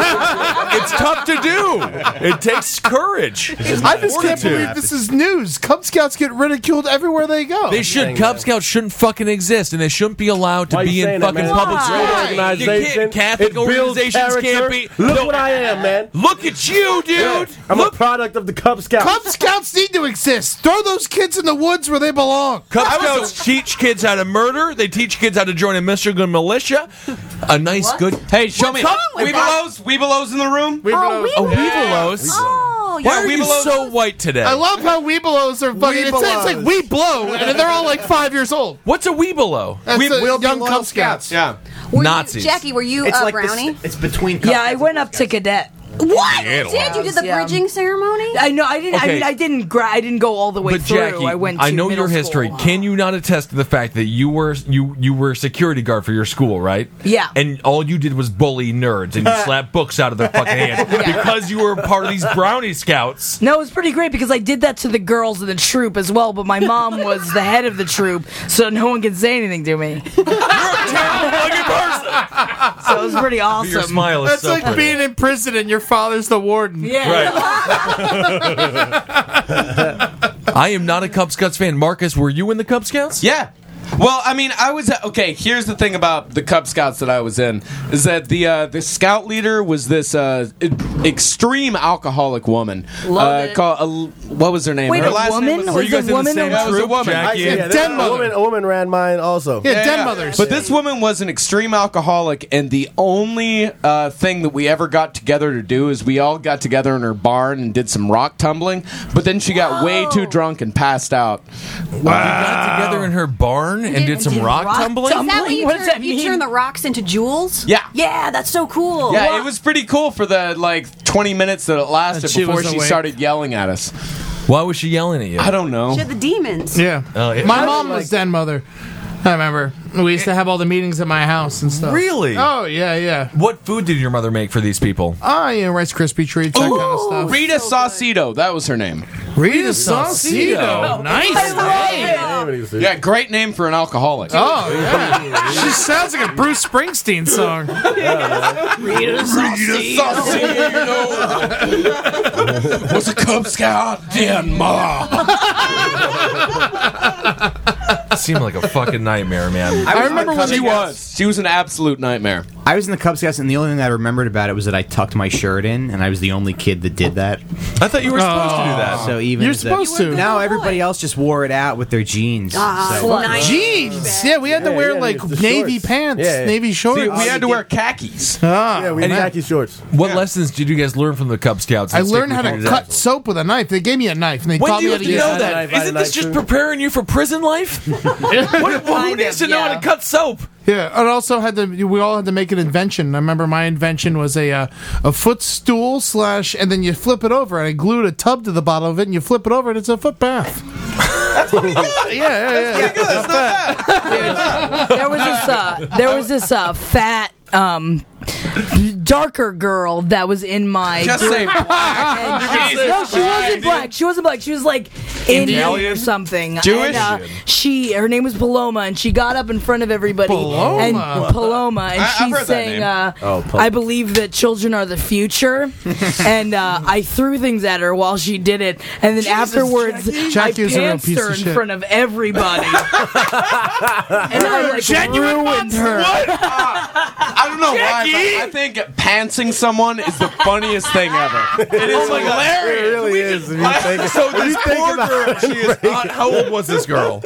it's tough to do. It takes courage.
[LAUGHS]
I just can't believe this is news. Cub Scouts get ridiculed everywhere they go.
They should. Cub Scouts shouldn't fucking exist, and they shouldn't be allowed to
Why
be
you saying
in
that,
fucking
man?
public
It's a
school.
great
You can't-
organization.
Catholic
It builds
organizations can't
character.
be.
Look
No,
what I am, man.
Look at you, dude.
I'm a product of the Cub Scouts.
[LAUGHS] Cub Scouts need to exist. Throw those kids in the woods where they belong.
Cub Scouts teach kids how to murder. They teach kids how to join a Michigan militia. A nice, good.
Hey, show me
What's
with that?
Weebelows. Weebelows in the room.
Weebelows.
Oh, Weebelows.
Oh,
Why are
yeah.
you
Weebelows-
so white today?
I love how Weebelows are fucking. It's, it's like we blow, and they're all like five years old.
What's a Weebelo?
That's
We
the
will be
uh, young
Loyal
Cub Scouts.
Yeah.
Were you-
Nazis.
Jackie, were you
it's
uh,
like this-
brownie?
it's between Cub
Yeah, I went up to cadet.
What?
Yeah,
You did you did the
yeah.
bridging ceremony?
I know I didn't. I
Okay.
mean, I didn't. Gra- I didn't go all the way
But
through.
Jackie,
I went. To
know
middle
your history.
School.
Can you not attest to the fact that you were you you were a security guard for your school, right?
Yeah.
And all you did was bully nerds and you slapped books out of their fucking hands because you were part of these brownie scouts.
No, it was pretty great because I did that to the girls in the troop as well. But my mom was the head of the troop, so no one could say anything to me. So it was pretty awesome.
Your smile is
That's
so
like
pretty.
being in prison and your father's the warden.
yeah. [LAUGHS]
Right. I am not a Cub Scouts fan. Marcus, were you in the Cub Scouts?
Yeah. Well, I mean, I was okay. Here's the thing about the Cub Scouts that I was in is that the uh, the scout leader was this uh, e- extreme alcoholic woman.
Love
uh,
it.
called, uh, what was her name?
Wait,
her
a woman?
name
Were you guys in the
woman?
same
Yeah, it was a
troop,
woman.
Jackie?
Yeah,
Yeah,
there-
dead
a
mother.
woman, a woman ran mine also.
Yeah, dead mothers.
But this woman was an extreme alcoholic, and the only uh, thing that we ever got together to do is we all got together in her barn and did some rock tumbling. But then she got way too drunk and passed out.
Got together in her barn and did,
did-
some
did
rock,
rock
tumbling.
Is that what you
What
turn,
does that
you
mean?
turn the rocks into jewels?
Yeah.
Yeah, that's so cool.
Yeah,
Wow.
it was pretty cool for the like 20 minutes that it lasted
And she
before
was
she
awake.
started yelling at us.
Why was she yelling at you?
I don't know.
She had the demons.
Yeah.
Oh, yeah.
My mom was den mother. I remember. We used to have all the meetings at my house and stuff.
Really?
Oh, yeah, yeah.
What food did your mother make for these people?
Ah, you know, Rice Krispie treats, that kind of stuff.
Rita Saucedo, that was her name.
Rita
Oh,
Saucedo. Nice.
Yeah, great name for an alcoholic.
Oh, yeah. she sounds like a Bruce Springsteen song.
was a Cub Scout, dear mother.
seemed like a fucking nightmare, man.
she was. She was an absolute nightmare.
I was in the Cub Scouts, and the only thing I remembered about it was that I tucked my shirt in, and I was the only kid that did that.
[LAUGHS] I thought you were supposed to do that.
So even
Oh. You're
as a-
supposed to.
No, everybody else just wore it out with their jeans.
Ah.
so-
jeans. Yeah, we had to
Yeah,
wear
yeah,
like
the
navy
shorts.
pants,
Yeah, yeah.
navy
See,
shorts.
we had to
wear
khakis.
Ah,
And you-
shorts.
Oh. What lessons did you guys learn from the Cub Scouts?
I
that stick
learned how
with
to
you
cut
today?
soap with a knife. They gave me a knife and they
When
taught
do you
me how
have
to
to
use
know
it.
that? Isn't this just preparing you for prison life? What- who needs to know how to cut soap?
Yeah, and also had to. We all had to make an invention. I remember my invention was a uh, a footstool slash, and then you flip it over, and I glued a tub to the bottom of it, and you flip it over, and it's a foot bath. yeah, yeah, yeah.
there was this uh, there was this uh, fat um, darker girl that was in my
Just
group.
say black.
And-
You can say
no, she
black,
wasn't
dude.
black. She wasn't black. She was like Indian
Indian?
or something.
Jewish?
And, uh, she her name was Paloma, and she got up in front of everybody.
Paloma.
And Paloma, and
I- I've
she
heard that
sang.
name.
Uh,
Oh, Pal-
I believe that children are the future, and uh, I threw things at her while she did it, and then afterwards
Jackie
I
is a real
pantsed
piece
her
of
in
shit.
front of everybody. and I like
Genuine
ruined
her.
I don't know why, but I think pantsing someone is the funniest thing ever. It is hilarious.
It really is.
[LAUGHS]
if you think-
so
if you
this
think
poor
about
girl,
it.
she is not, how old was this girl?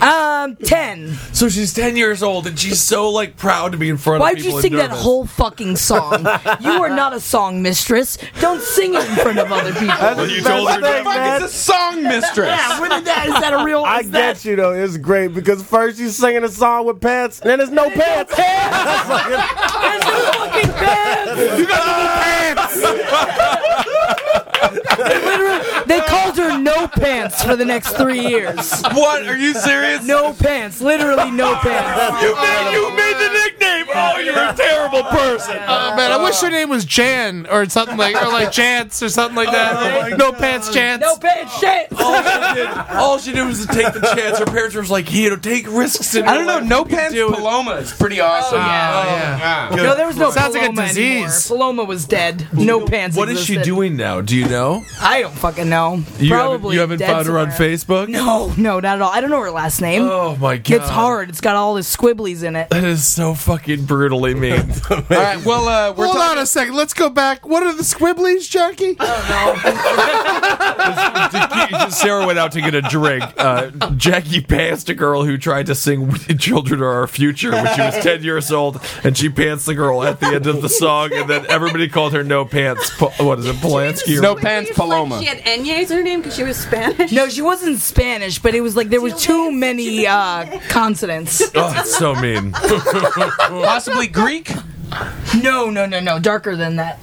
Um, ten.
So she's ten years old, and she's so like proud to be in front
Why'd
of people.
you
and
sing that
nervous.
whole fucking song? you are not a song mistress. Don't sing it in front of other people.
That's the best thing, man.
Yeah, what is that? Is that a real?
I
is
get
that-
you though. It's great because first you singing a song with pants, and then there's no pants. That's fucking-
You
[LAUGHS]
got little
Literally, they called her No Pants for the next three years.
What? Are you serious?
No pants. Literally no pants.
You made, you made the nickname. Oh, you're a terrible person.
Oh man, I wish her name was Jan or something like or like Chance or something like that. no pants, Chance.
No pants, shit.
all, she did, all she did was to take the chance. Her parents were just like, you know, take risks. In
I don't know. No
pants
Paloma is pretty awesome.
yeah.
Oh, No, there was no
Sounds like a
Paloma anymore.
disease.
Paloma was dead. No pants.
What is she
existed.
doing now? Do you know?
I don't fucking know.
You
Probably
haven't, you
dead
haven't found her on
somewhere.
Facebook?
No, no, not at all. I don't know her last name.
Oh my god.
It's hard. It's got all the squibblies in it.
That is so fucking brutally mean. all
right, well, uh,
Hold on a second. Let's go back. What are
[LAUGHS]
the squibblies, Jackie?
Sarah went out to get a drink. Uh, Jackie passed a girl who tried to sing [LAUGHS] "Children Are Our Future" when she was ten years old, and she pants the girl at the end of the song, and then everybody called her "No Pants." Po- what is it, Polanski? or-
No Pants Paloma.
She had Enye's her name because she was Spanish.
No, she wasn't Spanish, but it was like there was too many uh, consonants.
Oh, that's so mean.
Possibly Greek.
No, no, no, no. Darker than that.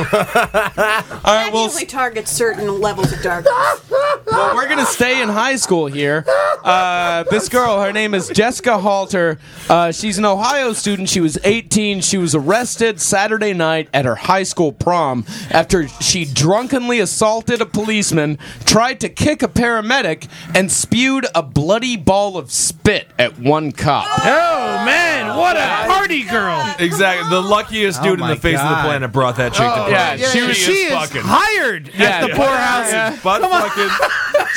All right, well,
only targets certain levels of darkness.
Well, we're gonna stay in high school here. Uh, this girl, her name is Jessica Halter. Uh, she's an Ohio student. She was 18. She was arrested Saturday night at her high school prom after she drunkenly assaulted a policeman, tried to kick a paramedic, and spewed a bloody ball of spit at one cop.
Oh man, what a party girl!
Exactly. The luckiest dude in the face of the planet brought that chick
Oh
to
yeah,
prom.
she was-
she is hired at the poorhouse.
But fucking.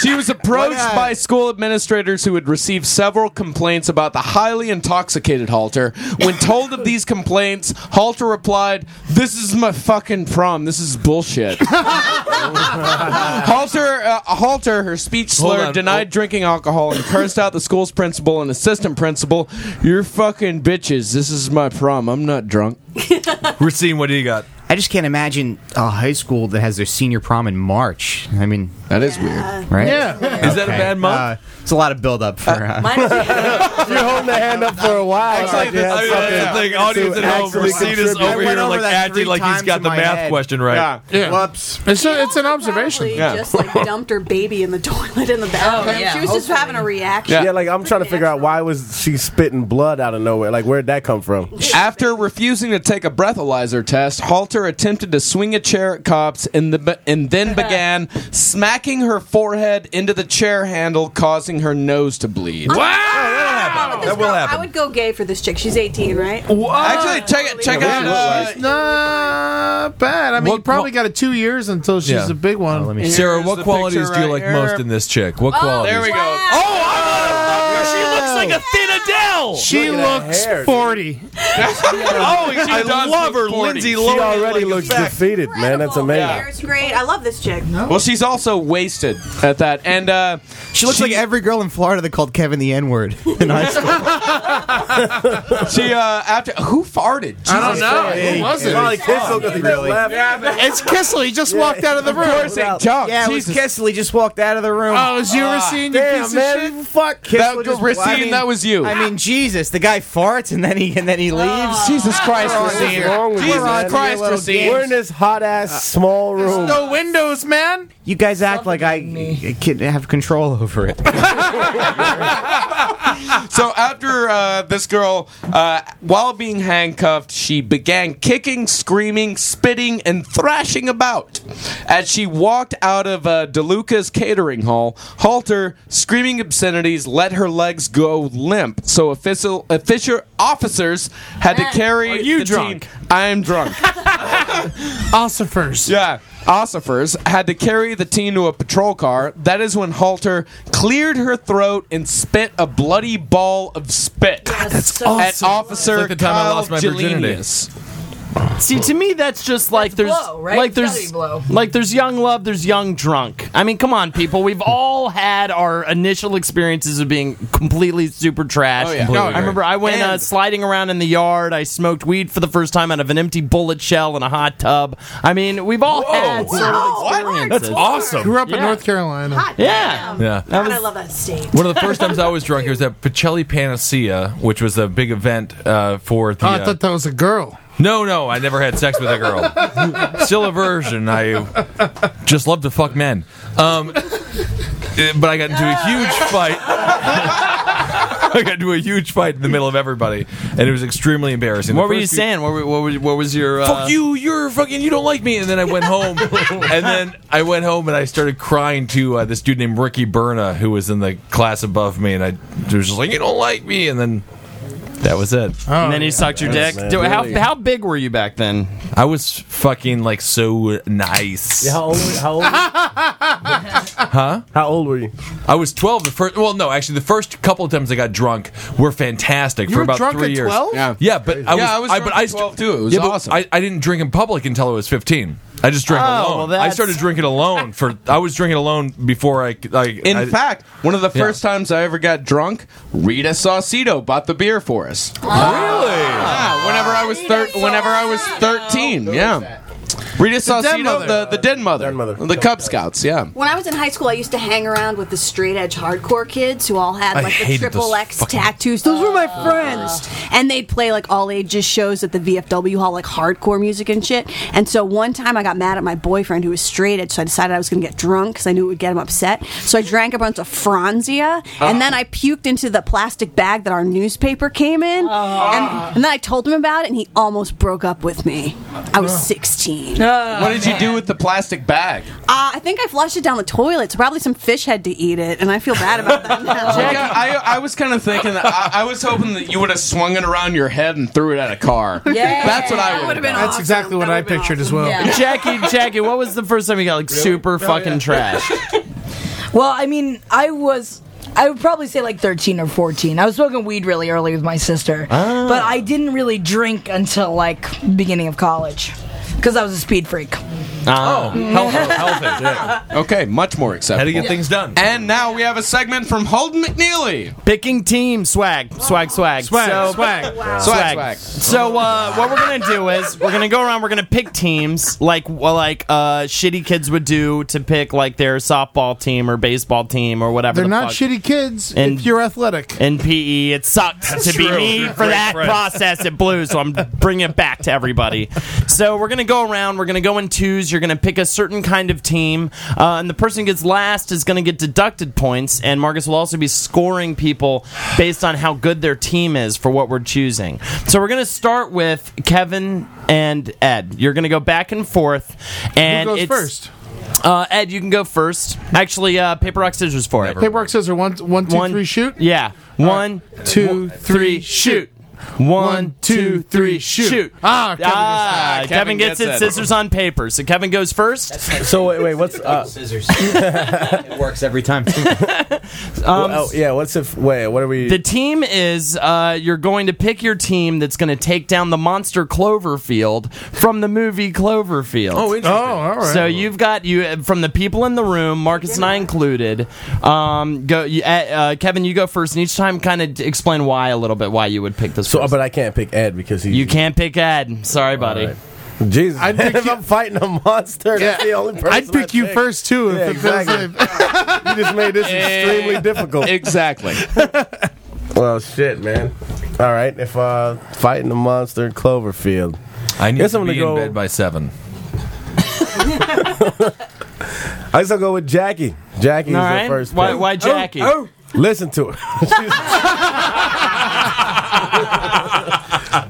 She was approached by school administrators who had received several complaints about the highly intoxicated Halter. When told of these complaints, Halter replied, This is my fucking prom. This is bullshit. Halter, uh, Halter, her speech
Hold
slur,
on. Oh.
denied drinking alcohol and cursed out the school's principal and assistant principal. You're fucking bitches. This is my prom. I'm not drunk.
Racine, what do you got?
I just can't imagine a high school that has their senior prom in March. I mean,
that is
weird, right?
Yeah.
Is that a bad month?
Uh, it's a lot of buildup for. Uh,
You're holding the hand up for a while.
Actually,
like you
this-
had
I mean, that's the
something
thing. Audience
to
at home,
actually
Racine is
contribute.
over
I went
here, like,
that
acting
three
like he's
times
got
in
the
my
math question right. Yeah.
Yeah.
Whoops.
It's, a, it's an observation.
Probably
[LAUGHS]
just like dumped her baby in the toilet in the bathroom.
Oh, yeah,
she was just having a reaction.
Yeah. like I'm trying to figure out why was she spitting blood out of nowhere? Like where'd that come from?
After refusing to take a breathalyzer test, Halter attempted to swing a chair at cops and, the, and then began smacking her forehead into the chair handle, causing her nose to bleed.
That will happen. I would go gay for this chick. She's 18, right?
Actually, check it. Check
Yeah,
out. Uh,
it's not Uh, bad. I mean,
What-
you probably got a two years until she's
Yeah.
a big one.
Oh,
[LAUGHS]
Sarah, what qualities do you like most in this chick? What qualities?
there we go.
Oh,
like a thin Adele.
She
Look at that
looks
hair, dude.
40
oh,
She
I
does
love her,
look 40.
Lindsay
She
Lohan.
already looks defeated, man. That's amazing.
It's great. I love this
[LAUGHS]
chick.
Well, she's also wasted at that, and uh,
she looks like every girl in Florida that called Kevin the N word in high school.
[LAUGHS] she uh, after who farted?
I don't
Jesus
Oh,
know.
Christ.
Who was it? It was Probably Kissel, 'cause he just Really? left.
It's Kissel. He just
Yeah.
walked out of the room.
Yeah, it was Kissel. He just walked out of the room.
Oh, it was you,
Ah,
Racine, you
damn,
piece of
man.
shit?
Fuck, Kissel.
That-
just-
Racine,
I mean-
that was you.
I mean, Jesus, the guy farts and then he and then he leaves.
Jesus
Oh,
Christ,
What's wrong with you, man? We're in this hot ass small room.
No windows, man.
You guys act like I can have control over it.
so after uh, this girl, uh, while being handcuffed, she began kicking, screaming, spitting, and thrashing about as she walked out of uh, DeLuca's catering hall. Halter, screaming obscenities, let her legs go limp. So official, official officers had to carry.
Are you
the
drunk?
team- I am
[LAUGHS]
drunk.
Ossifers.
Yeah. Ossifers had to carry the teen to a patrol car. That is when Halter cleared her throat and spit a bloody ball of spit that's at
awesome.
Officer
It's like the time I
Kyle
lost my virginity.
Gelenius.
See, to me, that's just like there's
blow, right?
like
It's gotta
there's
be blow.
like there's young love, there's young drunk. I mean, come on, people.
[LAUGHS]
We've all had our initial experiences of being completely super trash.
Oh, yeah. Completely
I
agree.
remember I went uh,
And-
sliding around in the yard. I smoked weed for the first time out of an empty bullet shell in a hot tub. I mean, we've all had sort of experiences.
Grew up in
Yeah.
North Carolina.
Yeah.
Yeah.
God, I love that state.
One of the first times I was drunk, it was at Pacelli Panacea, which was a big event uh, for the.
Oh, I
uh,
thought that was a girl.
no, no, I never had sex with a girl. [LAUGHS] Still a virgin. I just love to fuck men. Um, eh, but I got into a [LAUGHS] huge fight. I got into a huge fight in the middle of everybody, and it was extremely embarrassing. The
What were
first
you
few-
saying? What, were, what, was, what was your uh,
Fuck you! You're fucking. You don't like me. And then I went home, [LAUGHS] and then I went home and I started crying to uh, this dude named Ricky Berna, who was in the class above me, and I was just like, "You don't like me." And then that was it.
Oh,
and then he sucked your dick. Do- how, how big were you back then?
I was fucking like so nice.
How old? How old?
Huh?
How old were you?
I was 12 the first well no actually the first couple of times I got drunk were fantastic
You
for
were
about
drunk
3
at
years.
12? Yeah.
Yeah, but I
Yeah,
was,
I was
but
drunk
I
at
st-
12 too. It was
yeah, but
awesome.
I, I didn't drink in public until I was 15. I just drank
Oh, well,
alone. I
that's-
started drinking alone for I was drinking alone before I I
In
I-
fact, one of the
Yeah.
first times I ever got drunk, Rita Saucedo bought the beer for us. Yeah, whenever I was thir- whenever I was thirteen, yeah. Rita
den
Saucedo,
mother.
the the den mother, the Cub Scouts, yeah.
When I was in high school, I used to hang around with the straight edge hardcore kids who all had
I
like the
hated
triple
those
X tattoos. Those were my friends. And they'd play like all ages shows at the VFW hall, like hardcore music and shit. And so one time I got mad at my boyfriend who was straight edge, so I decided I was going to get drunk because I knew it would get him upset. So I drank a bunch of Franzia
Uh-huh.
and then I puked into the plastic bag that our newspaper came
Oh.
in. And, and then I told him about it and he almost broke up with me. I was 16.
what did you do with the plastic bag?
Uh, I think I flushed it down the toilet, so probably some fish had to eat it, and I feel bad about that now.
Like, I, I, I was kind of thinking that I, I was hoping that you would have swung it around your head and threw it at a car.
Yeah.
that's what I
That
would have
would've been
done.
That's exactly what I pictured as well.
[LAUGHS] Jackie, Jackie, what was the first time you got like super fucking trash?
[LAUGHS] Well, I mean, I was. I would probably say like 13 or 14. I was smoking weed really early with my sister.
Ah.
But I didn't really drink until like beginning of college because I was a speed freak.
[LAUGHS] Oh,
healthy,
healthy.
Okay, much more acceptable.
How to get things done.
And now we have a segment from Holden McNeely.
Picking team swag, swag, swag,
Swag,
so,
swag. Wow. Swag, swag.
So uh, what we're gonna do is we're gonna go around. We're gonna pick teams like well, like uh, shitty kids would do to pick like their softball team or baseball team or whatever.
They're
the
not
fuck.
shitty kids
And-
if you're athletic.
In PE, it sucks
That's
to
true.
be me
You're
for
great
that
friends.
process at Blue, so I'm
[LAUGHS]
bringing it back to everybody. So we're gonna go around. We're gonna go in twos. You're gonna pick a certain kind of team, uh, and the person who gets last is gonna get deducted points. And Marcus will also be scoring people based on how good their team is for what we're choosing. So we're gonna start with Kevin and Ed. You're gonna go back and forth, and
goes
it's-
first?
Uh, Ed, you can go first. Actually, uh, paper rock scissors for it.
Paper rock scissors. One, one, two, three, shoot.
Yeah. One, two, three, shoot. One, two, three, shoot.
Ah, Kevin
Ah,
gets-
Kevin, gets, it. Scissors on paper. So Kevin goes first.
So [LAUGHS] wait, wait, what's uh,
scissors?
[LAUGHS] it works
[LAUGHS]
every time.
Um,
Well, oh, yeah, what's if? Wait, what are we?
The team is uh, you're going to pick your team that's going to take down the monster Cloverfield from the movie Cloverfield.
Oh, interesting. Oh, all right.
So you've got you from the people in the room, Marcus and I included. Um, go, you, uh, uh, Kevin, you go first, and each time kind of explain why a little bit why you would pick this. So,
but I can't pick Ed because he.
You can't pick Ed. Sorry, buddy.
Jesus,
I'd
pick if I'm fighting a monster, that's the only person
I'd pick you first too.
Yeah,
if it feels
exactly. you just made this extremely difficult.
Exactly.
well, shit, man. All right, if uh, fighting a monster in Cloverfield,
I need
guess
to
I'm gonna
be
go.
in bed by seven.
I guess I'll go with Jackie. Jackie's
All
the
right.
first.
Why-
pick.
why Jackie?
Oh, oh. Listen to [LAUGHS] her.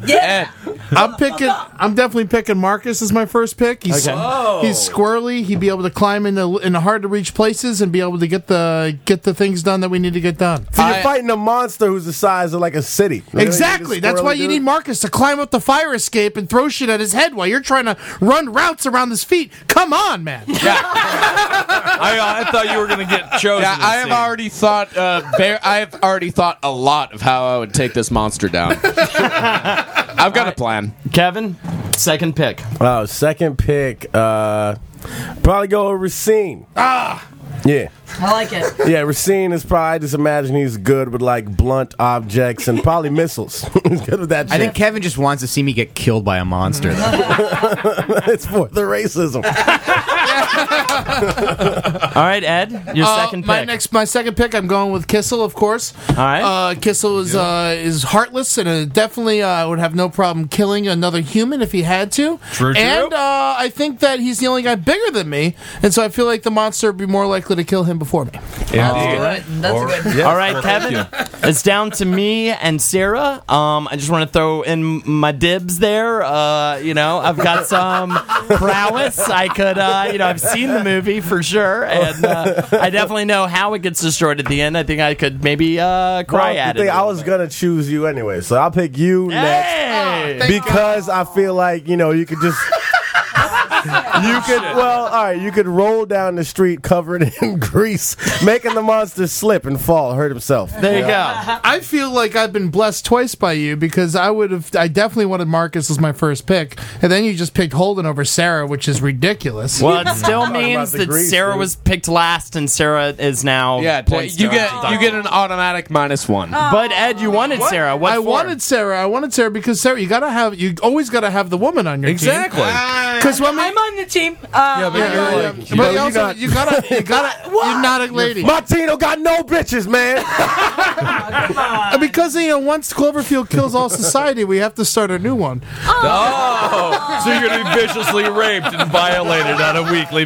Yeah. I'm picking. I'm definitely picking Marcus as my first pick. He's
Okay. Whoa.
he's squirrely. He'd be able to climb into in hard to reach places and be able to get the get the things done that we need to get done.
So you're fighting a monster who's the size of like a city. You know,
Exactly.
you just
That's why
squirrely
you
dude.
need Marcus to climb up the fire escape and throw shit at his head while you're trying to run routes around his feet. Come on, man.
I, I thought you were going to get chosen.
Yeah, I have already thought. Uh, bear, I have already thought a lot of how I would take this monster down. I've got a plan.
[LAUGHS] Kevin, second pick.
Oh, second pick. Uh, probably go with Racine. Ah. Yeah.
I like it.
Yeah, Racine is probably I just imagine he's good with like blunt objects and probably missiles. [LAUGHS] he's good with that.
I think Kevin just wants to see me get killed by a monster.
[LAUGHS] it's for the racism.
All right, Ed, your
Uh,
second pick.
My next, my second pick. I'm going with Kissel, of course. All
right.
Uh, Kissel is uh, is heartless and uh, definitely uh, would have no problem killing another human if he had to.
True, true.
And uh, I think that he's the only guy bigger than me, and so I feel like the monster would be more likely to kill him before me.
Oh.
All right. All right, Kevin. It's down to me and Sarah. Um, I just want to throw in my dibs there. Uh, you know, I've got some prowess. I could, uh, you know, I've seen the movie for sure, and uh, I definitely know how it gets destroyed at the end. I think I could maybe uh, cry
Well,
at
the thing,
it.
I was gonna choose you anyway, so I'll pick you
Oh,
next
because I feel like you know you could
[LAUGHS]
just. You could well, all right. You could roll down the street covered [LAUGHS] in grease, making the monster slip and fall, hurt himself.
go. I feel like I've been blessed twice by you because I would have. I definitely wanted Marcus as my first pick, and then you just picked Holden over Sarah, which is ridiculous.
Well, it still means that Sarah was picked last, and Sarah is now.
Yeah,
points
you
to-
get you get an automatic minus one.
Oh.
But Ed, you wanted Sarah. What
I
for?
wanted Sarah. I wanted Sarah because Sarah, you gotta have, you always gotta have the woman on your
Exactly.
team. Because women,
I'm on the team. Uh,
Yeah,
I'm
but you're
on the
like-
team.
But you also- you gotta- you
[LAUGHS]
gotta- you're not a lady.
Martino got no bitches, man.
Uh, because you know, once Cloverfield kills all society, we have to start a new one.
Oh, so you're going to be viciously raped and violated on a weekly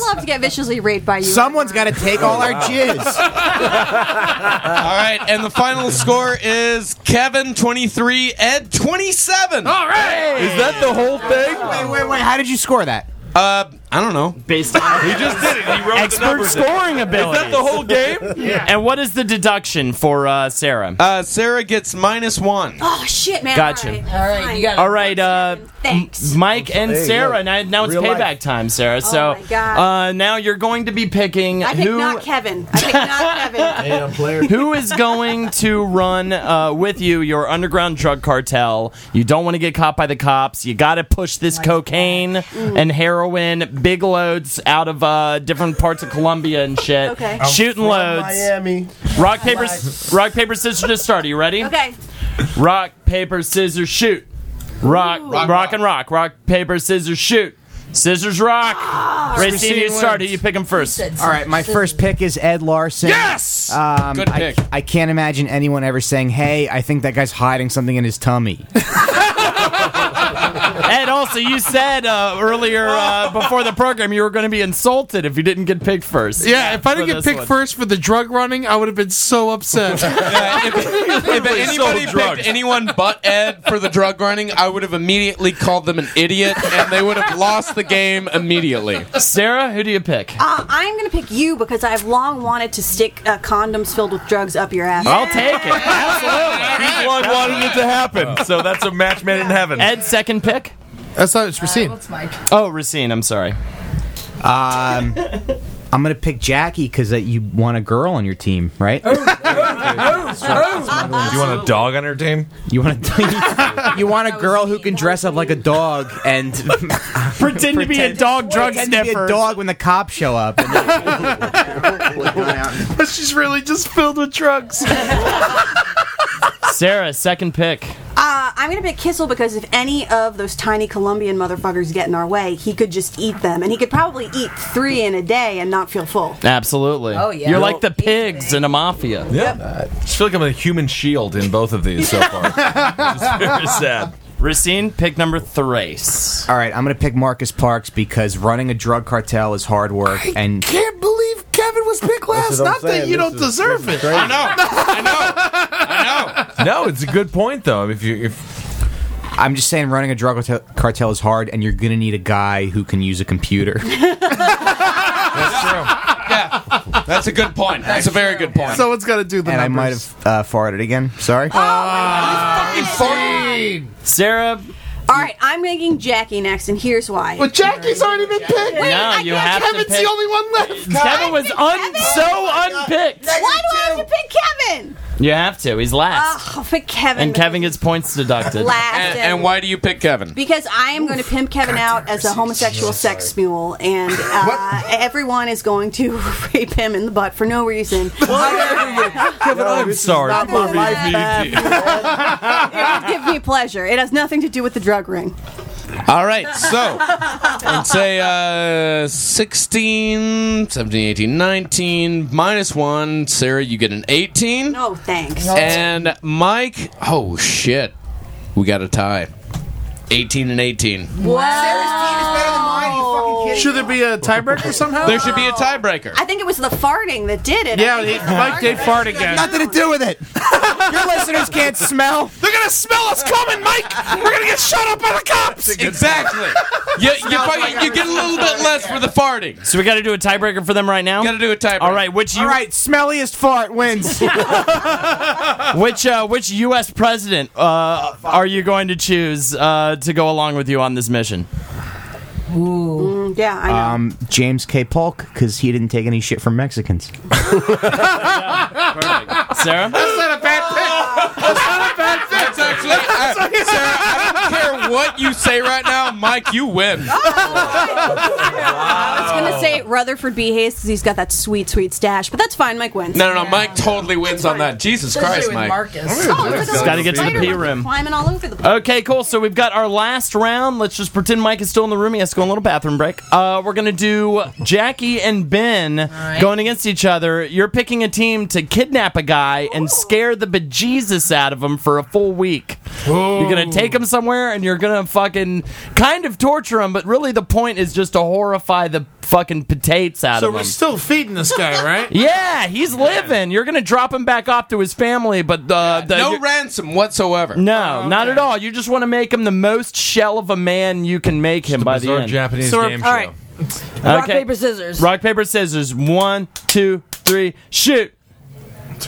I'd love to get viciously raped by you.
Someone's got to take all our jizz.
All right, and the final score is Kevin twenty three, Ed twenty seven. All right,
Is that
the whole thing?
Wait, wait, wait. How did you score that?
Uh, I don't know.
Based on
[LAUGHS]
he just did it. He wrote the
expert
numbers down.
scoring
Is
ability.
that the whole game?
And what is the deduction for uh, Sarah?
Uh, Sarah gets minus
[GASPS]
one.
Oh shit, man!
Gotcha.
All right,
All right, you got
All right, uh,
Thanks.
M- Mike and
Hey,
Sarah.
look,
Now, now it's
real
payback
life.
time, Sarah.
Oh
so
my God.
Uh, now you're going to be picking
I picked
who
not Kevin. I picked not
[LAUGHS]
Kevin.
[LAUGHS]
who is going to run uh, with you your underground drug cartel. You don't want to get caught by the cops. You got to push this cocaine
Mm.
and heroin, big loads out of uh, different parts of Colombia and shit.
Okay.
Shooting
From
loads.
Miami.
Rock paper, s- rock paper, scissors to start. Are you ready?
Okay.
Rock paper, scissors, shoot. Rock, rock, and rock. Rock paper, scissors, shoot. Scissors, rock. Racine,
Racine
you start. Who
wins.
you pick him first?
All right, my first pick is Ed Larson.
Yes!
Um,
Good
I, I can't imagine anyone ever saying, "Hey, I think that guy's hiding something in his tummy."
Ed also, you said uh, earlier
[LAUGHS]
uh, before the program you were going to be insulted if you didn't get picked first.
Yeah, if I didn't get
For this
picked
one.
first for the drug running, I would have been so
[LAUGHS]
upset.
if anybody picked anyone but Ed for the drug running, I would have immediately called them an idiot, and they would have lost the game immediately.
Sarah, who do you pick?
Uh, I'm going to pick you because I've long wanted to stick uh, condoms filled with drugs up your ass.
I'll take it.
[LAUGHS]
Absolutely.
He's one wanted it to happen, so that's a match made in heaven.
Ed's second pick?
That's not it's Racine.
What's Mike? Oh, Racine. I'm sorry.
Um, I'm gonna pick Jackie because uh, you want a girl on your team, right?
you want a dog on her team?
You want a [LAUGHS] you want a girl who can dress up like a dog and
pretend to be a dog drug
pretend to be
sniffer.
a dog when the cops show up. And
But she's really just filled with drugs. Sarah, second pick.
Uh, I'm going to pick Kissel because if any of those tiny Colombian motherfuckers get in our way, he could just eat them. And he could probably eat three in a day and not feel full.
Absolutely.
Oh, yeah.
You're like the pigs in a mafia.
Yeah. I just feel like I'm a human shield in both of these so far. very sad.
Racine, pick number thrace.
All right, I'm gonna pick Marcus Parks because running a drug cartel is hard work, and
Can't believe Kevin was picked last.
what I'm
Not that
saying.
you
This
don't
is-
deserve
this
it.
is crazy. I
no, it's a good point though. If you if
I'm just saying, running a drug cartel- cartel is hard, and you're gonna need a guy who can use a computer.
That's a good point. That's a very good point.
Someone's got to do the
and I might
numbers.
have uh, farted again. Sorry.
Sarah.
All right, I'm making Jackie next, and here's why.
Well, Jackie's already been picked.
No,
I
you
can't-
have to
Kevin's the
pick-
only one left.
Kevin was un-
Oh
so unpicked.
Why do I have to pick Kevin?
You have to. He's last.
Ugh, I'll pick Kevin.
and Kevin gets points deducted.
Last And- and- and
why do you pick Kevin?
Because I am going to pimp Kevin out as a homosexual sex mule, [LAUGHS] and uh, everyone is going to [LAUGHS] rape him in the butt for no [LAUGHS] reason. [LAUGHS]
Kevin, I'm sorry.
not my
Believe
life
me.
it would give me pleasure. It has nothing to do with the drug ring.
All right, so let's say uh, 16, 17, 18, 19, minus one. Sarah, you get an 18.
No, thanks.
And Mike, oh shit, we got a tie. 18 and 18.
Should there be a tiebreaker somehow?
There should be a tiebreaker.
I think it was the farting that did it.
Yeah,
I think
it-
it's the
Mike did fart again.
Nothing to do with it. Your listeners can't smell.
They're gonna smell us coming, Mike. We're gonna get shot up by the cops.
Exactly. you, you, probably- you get a little bit less for the farting.
So we got to do a tiebreaker for them right now. Got
to do a tiebreaker.
All right, which you,
All right, smelliest fart wins.
which uh, which U.S. president uh, are you going to choose uh, to go along with you on this mission?
Ooh. Mm, yeah, I know.
um, James K. Polk because he didn't take any shit from Mexicans.
Sarah,
That's not a bad pick. That's not a bad pick.
That's actually, I, Sarah, I don't care what you say right now, Mike, you win.
I was going
Oh.
to say Rutherford B. Hayes because he's got that sweet, sweet stash, but that's fine. Mike wins.
No, no, no, Mike totally wins on that. Jesus Christ, Mike.
Oh, look at those
Gotta get to the
spiders
pee room.
Climbing all over the place.
Okay, cool. So we've got our last round. Let's just pretend Mike is still in the room. He has to go on a little bathroom break. Uh, we're going to do Jackie and Ben going against each other. You're picking a team to kidnap a guy and scare the bejesus out of him for a full week. You're going to take him somewhere and you're going to fucking kind of torture him, but really the point is just to horrify the fucking potatoes out
So
of him.
we're still feeding
[LAUGHS]
this guy, right?
yeah, he's living. You're gonna drop him back off to his family, but uh, the,
No ransom whatsoever.
Oh,
no, not at all. You just want to make him the most shell of a man you can make him by the
Bizarre
end.
Japanese
So-
game show.
All right. Rock, paper, scissors.
Rock, paper, scissors. One, two, three, shoot.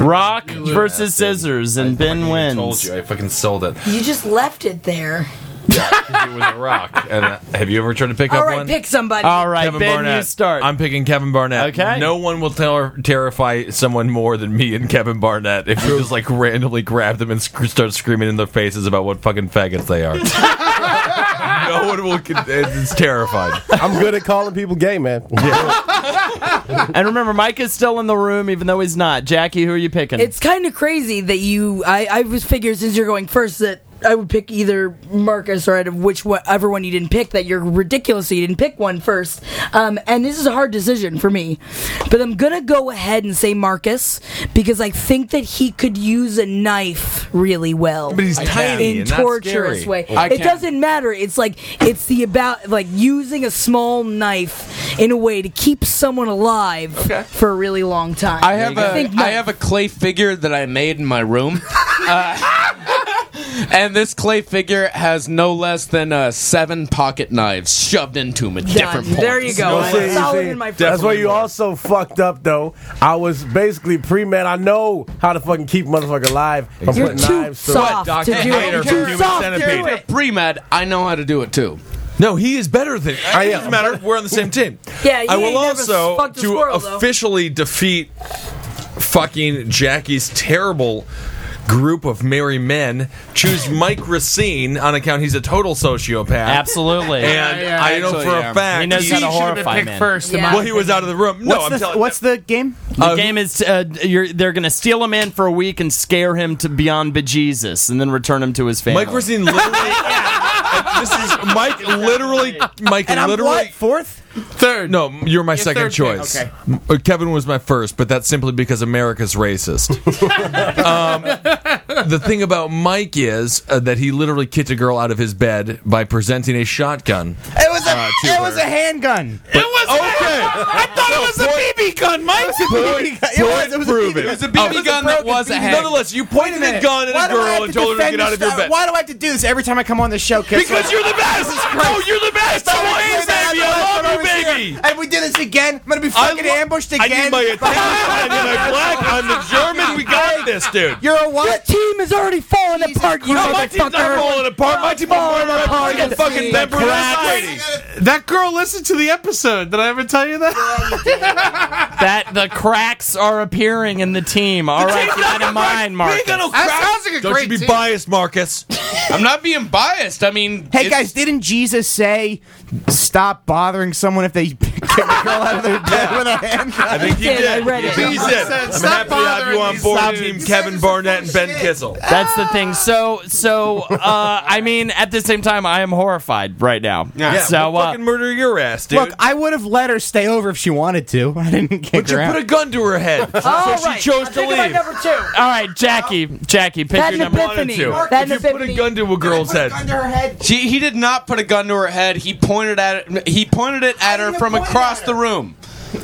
Rock versus scissors, and Ben
I told
wins.
you, I fucking sold it.
You just left it there.
It was a rock. And uh, have you ever tried to pick
All
up
right,
one?
pick somebody.
All right,
Kevin
Ben,
Barnett.
you start.
I'm picking Kevin Barnett.
Okay.
No one will ter- terrify someone more than me and Kevin Barnett if you just like randomly grab them and sc- start screaming in their faces about what fucking faggots they
[LAUGHS]
are. no one will. Con- it's terrified.
I'm good at calling people gay, man.
and remember, Mike is still in the room, even though he's not. Jackie, who are you picking?
It's kind of crazy that you. I, I was figured since you're going first that I would pick either Marcus or out of which whatever one you didn't pick. That you're ridiculous. So you didn't pick one first. Um, and this is a hard decision for me, but I'm gonna go ahead and say Marcus because I think that he could use a knife really well.
But he's I tiny
in
and that's
torturous
scary.
way.
I
It
can't-
doesn't matter. It's like it's the about like using a small knife in a way to keep someone alive for a really long time.
I have
a.
a I have a clay figure that I made in my
[LAUGHS]
room. Uh, And this clay figure has no less than uh, seven pocket knives shoved into him at different points.
See, see, that's where you also fucked up, though. I was basically pre med. I know how to fucking keep motherfucker alive. From
You're
putting
too
knives through-
soft What, to Dr. do it. Hader from You're Human soft to Centipede? do it. Pre med, I know how to do it too.
No, he is better than. I it doesn't matter. We're on the same team.
Yeah, you
I
ain't
will
never
also
fucked a
to
squirrel, though.
officially defeat fucking Jackie's terrible group of merry men. Choose Mike Racine on account he's a total sociopath.
Absolutely.
and
Yeah, yeah,
I know
actually,
for
yeah.
a fact
He knows how to He should've been horrify picked men. first, in my
Well, he was out of the room. No,
What's
I'm
the-
telling.
What's the game? The
Oh.
game is uh, you're, they're going to steal a man for a week and scare him to beyond bejesus, and then return him to his family.
Mike Racine literally. [LAUGHS] this is Mike literally. Mike
And I'm
literally
what,
fourth, third. No, you're my
Your
second
third pick,
choice.
okay.
M- uh, Kevin was my first, but that's simply because America's [LAUGHS] racist. um, the thing about Mike is uh, that he literally kicked a girl out of his bed by presenting a shotgun.
It was a
Uh, to
it was
her.
a handgun.
It was
okay. I thought it was a BB gun, Mike. It was a BB gun. It was, it was
proven.
a BB gun.
It was a BB gun that
broken
was a
BB.
hand. Nonetheless, you pointed
Wait
a
minute.
gun at a
Why do I
girl
have
and told her to
defend
get out of your
yourself?
bed?
Why do I have to do this every time I come on the show? Kiss?
Because you're the best.
Jesus Christ.
No, you're the best.
Stop
I
saying
am,
that.
baby.
I'm
I
the best
love
one
you,
over
baby.
here. And we did this again. I'm gonna be
I
fucking
lo-
ambushed
I need
again. [LAUGHS]
my Italian and my black. I'm the German. We got this, dude.
You're a what?
team is already falling apart, you
No, my team's not falling apart. My team is falling apart. I'm a fucking member of society.
That girl listened to the episode. Did I ever tell you that?
that the cracks are appearing in the team. All right, keep that in mind, Mark.
Oh, Don't you be biased, Marcus.
I'm not being biased. I mean,
Hey guys, didn't Jesus say stop bothering someone if they [LAUGHS] kick a girl out of their bed with a handgun?
[LAUGHS] I think you did. I think you did. I'm happy to have you on board, team Kevin Barnett and Ben Kissel.
That's the thing. So, so uh, I mean, at the same time, I am horrified right now.
Yeah,
so,
we'll
uh,
fucking murder your ass, dude.
Look, I would have let her stay over if she wanted to. I didn't kick
but you
her out.
put a gun to her head, so
All
she chose to leave.
two.
all right, Jackie, Jackie, pick
That's
your
an
number
epiphany.
one or two.
That's If you put a gun to a girl's head,
She, he did not put a gun to her head. He pointed at it. He pointed it at her from across the room.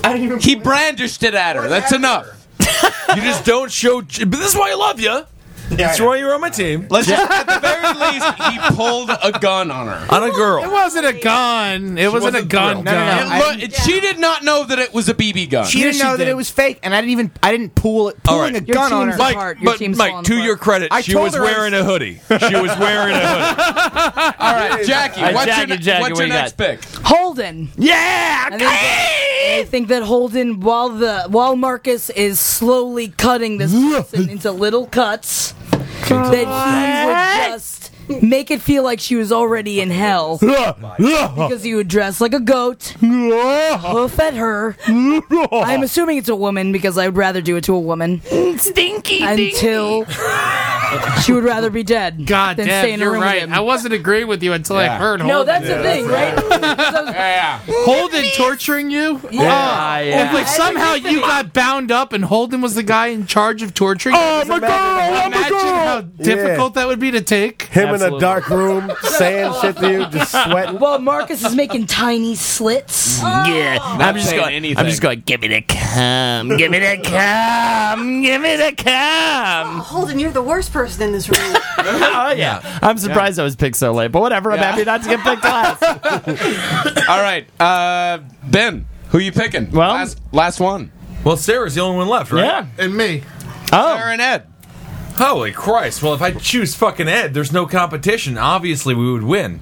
I didn't even
he brandished it at her. That's enough.
you just don't show. But this is why I love you. That's why you're on my team.
Let's just, at the very least, he pulled a gun on [LAUGHS] her.
On a girl.
It wasn't a gun. It wasn't, a gun. gun.
It look- She did not know that it was a BB gun.
She didn't know that it was fake, and I didn't even I didn't pull it
All
pulling
right.
a
Your
gun on
team's
her.
Mike, apart. Your but team's Mike, falling to apart. your credit, she
told
was
her I
wearing a hoodie.
She was wearing a hoodie.
All right, Jackie,
All right,
what's your,
Jackie, Jackie,
what's
what
your
you
next
got?
pick?
Holden.
Yeah,
I think, that, I think that Holden, while the while Marcus is slowly cutting this person into little cuts, that he would just make it feel like she was already in hell because he would dress like a goat,
Oh,
hoof at
[LAUGHS]
her. I'm assuming it's a woman because I would rather do it to a woman.
Stinky,
until she would rather be dead
[LAUGHS] God
than stay
damn,
in a
you're
room with
right.
him.
I wasn't agreeing with you until I
Yeah.
heard.
No,
Holden.
that's the Yeah, thing, that's
[LAUGHS] Holden torturing you?
Yeah,
Oh,
yeah.
If like somehow you got bound up and Holden was the guy in charge of torturing you.
Oh, my
imagine-
God, oh, my
Imagine how
God.
difficult that would be to take.
Him in a dark room, saying shit to you, just sweating.
Well, Marcus is making tiny
[LAUGHS]
slits.
Yeah, I'm just going. I'm just going. Give me the cum. Give me the cum. Give me the cum.
Holden, you're the worst person in this room.
oh yeah. I'm surprised I was picked so late, but whatever. I'm
Yeah.
happy not to get picked last.
All right, uh, Ben, who you picking? Well, last, last one.
Well, Sarah's the only one left, right? Yeah.
And me.
Oh.
Sarah and Ed.
Holy Christ! Well, if I choose fucking Ed, there's no competition. Obviously, we would win.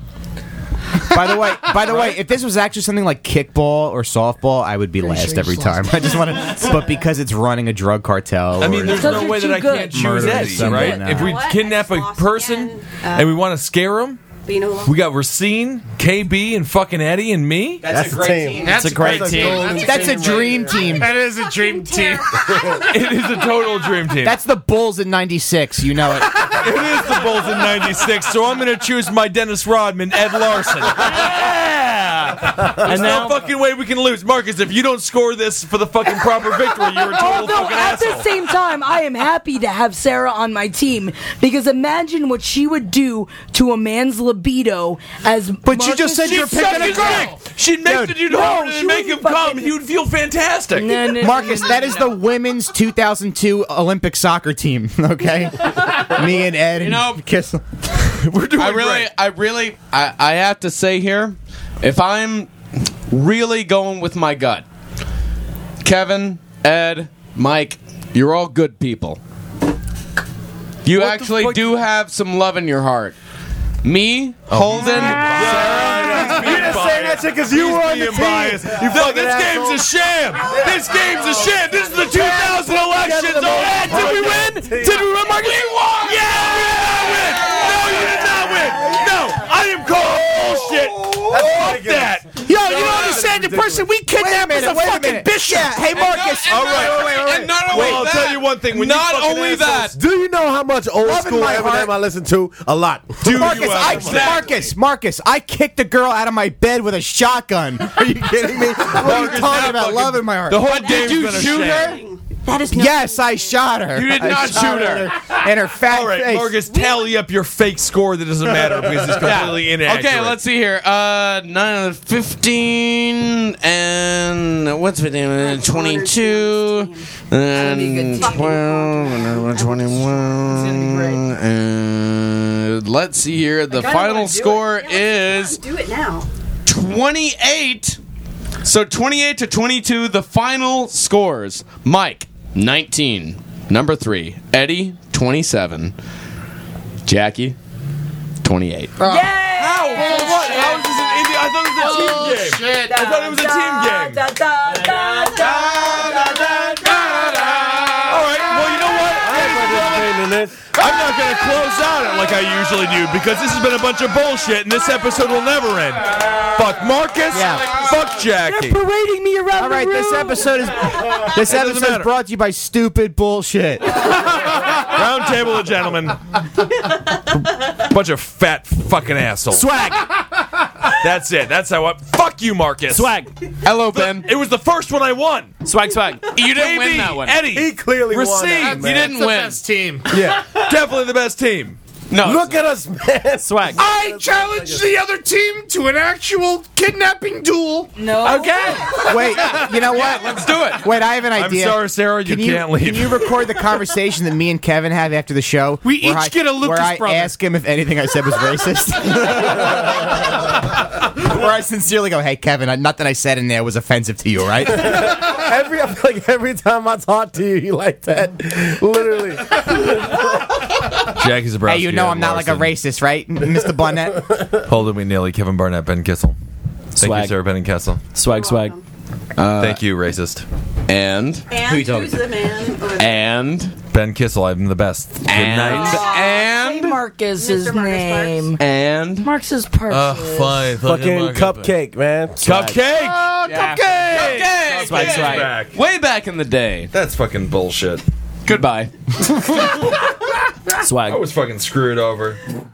by the way, by the way, if this was actually something like kickball or softball, I would be last
sure
every
he's
time. I just want to, but because it's running a drug cartel.
I mean,
or-
there's no way that I can't choose
Murder
Ed,
someone,
right?
no.
If we kidnap a person
Uh,
and we want to scare him,
but you know what?
we got Racine, KB, and fucking Eddie and me.
That's That's a a great team. team. That's a great team. That's a
dream team.
That
[LAUGHS]
is a dream team.
it is a total dream team.
That's the Bulls in '96. You know it.
It is the Bulls in 96, so I'm going to choose my Dennis Rodman, Ed Larson. Yeah! There's
And
no fucking way we can lose. Marcus, if you don't score this for the fucking proper victory, you're a total
Although
fucking
at
asshole.
the same time, I am happy to have Sarah on my team because imagine what she would do to a man's libido as. But
you just said you're She'd picking suck a his girl. dick. She'd make the dude hard and make him come. He would feel fantastic.
Marcus, that is the women's 2002 Olympic soccer team. [LAUGHS] Okay, me and Ed. You know, [LAUGHS] kiss. We're
I really, I really, I, I have to say here, if I'm really going with my gut, Kevin, Ed, Mike, you're all good people. You actually do have some love in your heart. Me, Holden,
You're just saying that shit because you were on the team.
You fucking this game's a sham. This game's a sham. This is the 2000 elections. Oh, yeah. Did we win? Did we win, Marcus? We won. Yeah. No, I am calling bullshit. Fuck that.
Yo, you don't understand the person we kidnapped is a fucking bishop. hey Marcus.
All right. And not only
Wait, I'll
that,
tell
you one thing.
you fucking assholes- Do you know how much old
Love in
school
my
Eminem
heart.
I listen to? A lot.
Marcus, I, Marcus, Marcus, I kicked a girl out of my bed with a shotgun. Are you kidding me? What are you
Marcus,
talking
that
about?
fucking-
Love in my heart.
the whole Did game's you been a shoot shame.
That is yes, I shot her.
You did
I
not
shot
shoot
in And her fat
All right,
face.
Marcus, tally up your fake score that doesn't matter because it's completely
Yeah.
inaccurate.
Okay, let's see here. Uh, nine, 15, and what's 15? Uh, 22, and 12, and 21. And let's see here. The
kinda wanna
final
do
score is
Do it now.
28. So 28 to 22, the final scores. Mike, 19. Number three, Eddie, 27. Jackie, 28.
How? For what? How is this an Indian? I thought it was a team game. I thought it was a team game. All right. Well, you know what? Ladies and gentlemen, I'm not going to close out it like I usually do because this has been a bunch of bullshit and this episode will never end. Fuck Marcus. Fuck Jackie.
parading me around
All right, this episode is this
It doesn't
episode
matter.
is brought to you by stupid bullshit.
Round table of gentlemen.
[LAUGHS]
bunch of fat fucking assholes. That's it. That's how I. Fuck you, Marcus. Swag.
Hello, Ben.
It was the first one I won.
Swag, swag.
You didn't win that one. Eddie.
He clearly won that
Racine.
one, man. You didn't
That's the
win.
best team. Yeah. Definitely the best team.
No.
Look at us, man.
Swag.
I challenge the other team to an actual kidnapping duel.
No.
Okay.
[LAUGHS]
Wait, you know what?
let's do it.
Wait, I have an
I'm
idea.
sorry, Sarah, you
Can
can't leave.
Can you record the conversation that me and Kevin have after the show?
We
where
each
I-
get a Lucas
Where I
brother.
ask him if anything I said was racist.
[LAUGHS]
where I sincerely go, "Hey, Kevin, I- nothing I said in there was offensive to
[LAUGHS]
you, right?"
[LAUGHS] every I feel like every time I talk to you, you like that. Literally.
Jackie's a
hey, you know I'm not like a racist, right, Mr. Barnett?
Holden McNeely, Kevin Barnett, Ben Kissel. Thank you,
Swag.
Sarah Ben and Kessel.
Swag, swag.
Uh,
Thank you, racist.
And
Who you talking to?
man?
and
Ben Kissel, I'm the best. Good
And-
night.
and Marcus's name
and
Marcus's person.
Ugh, fine.
Fucking cupcake, man.
Cupcake. Cupcake.
Cupcake. Swag,
Cupcake's
swag.
back.
Way back in the day.
That's fucking bullshit.
Goodbye. swag.
I was fucking screwed over.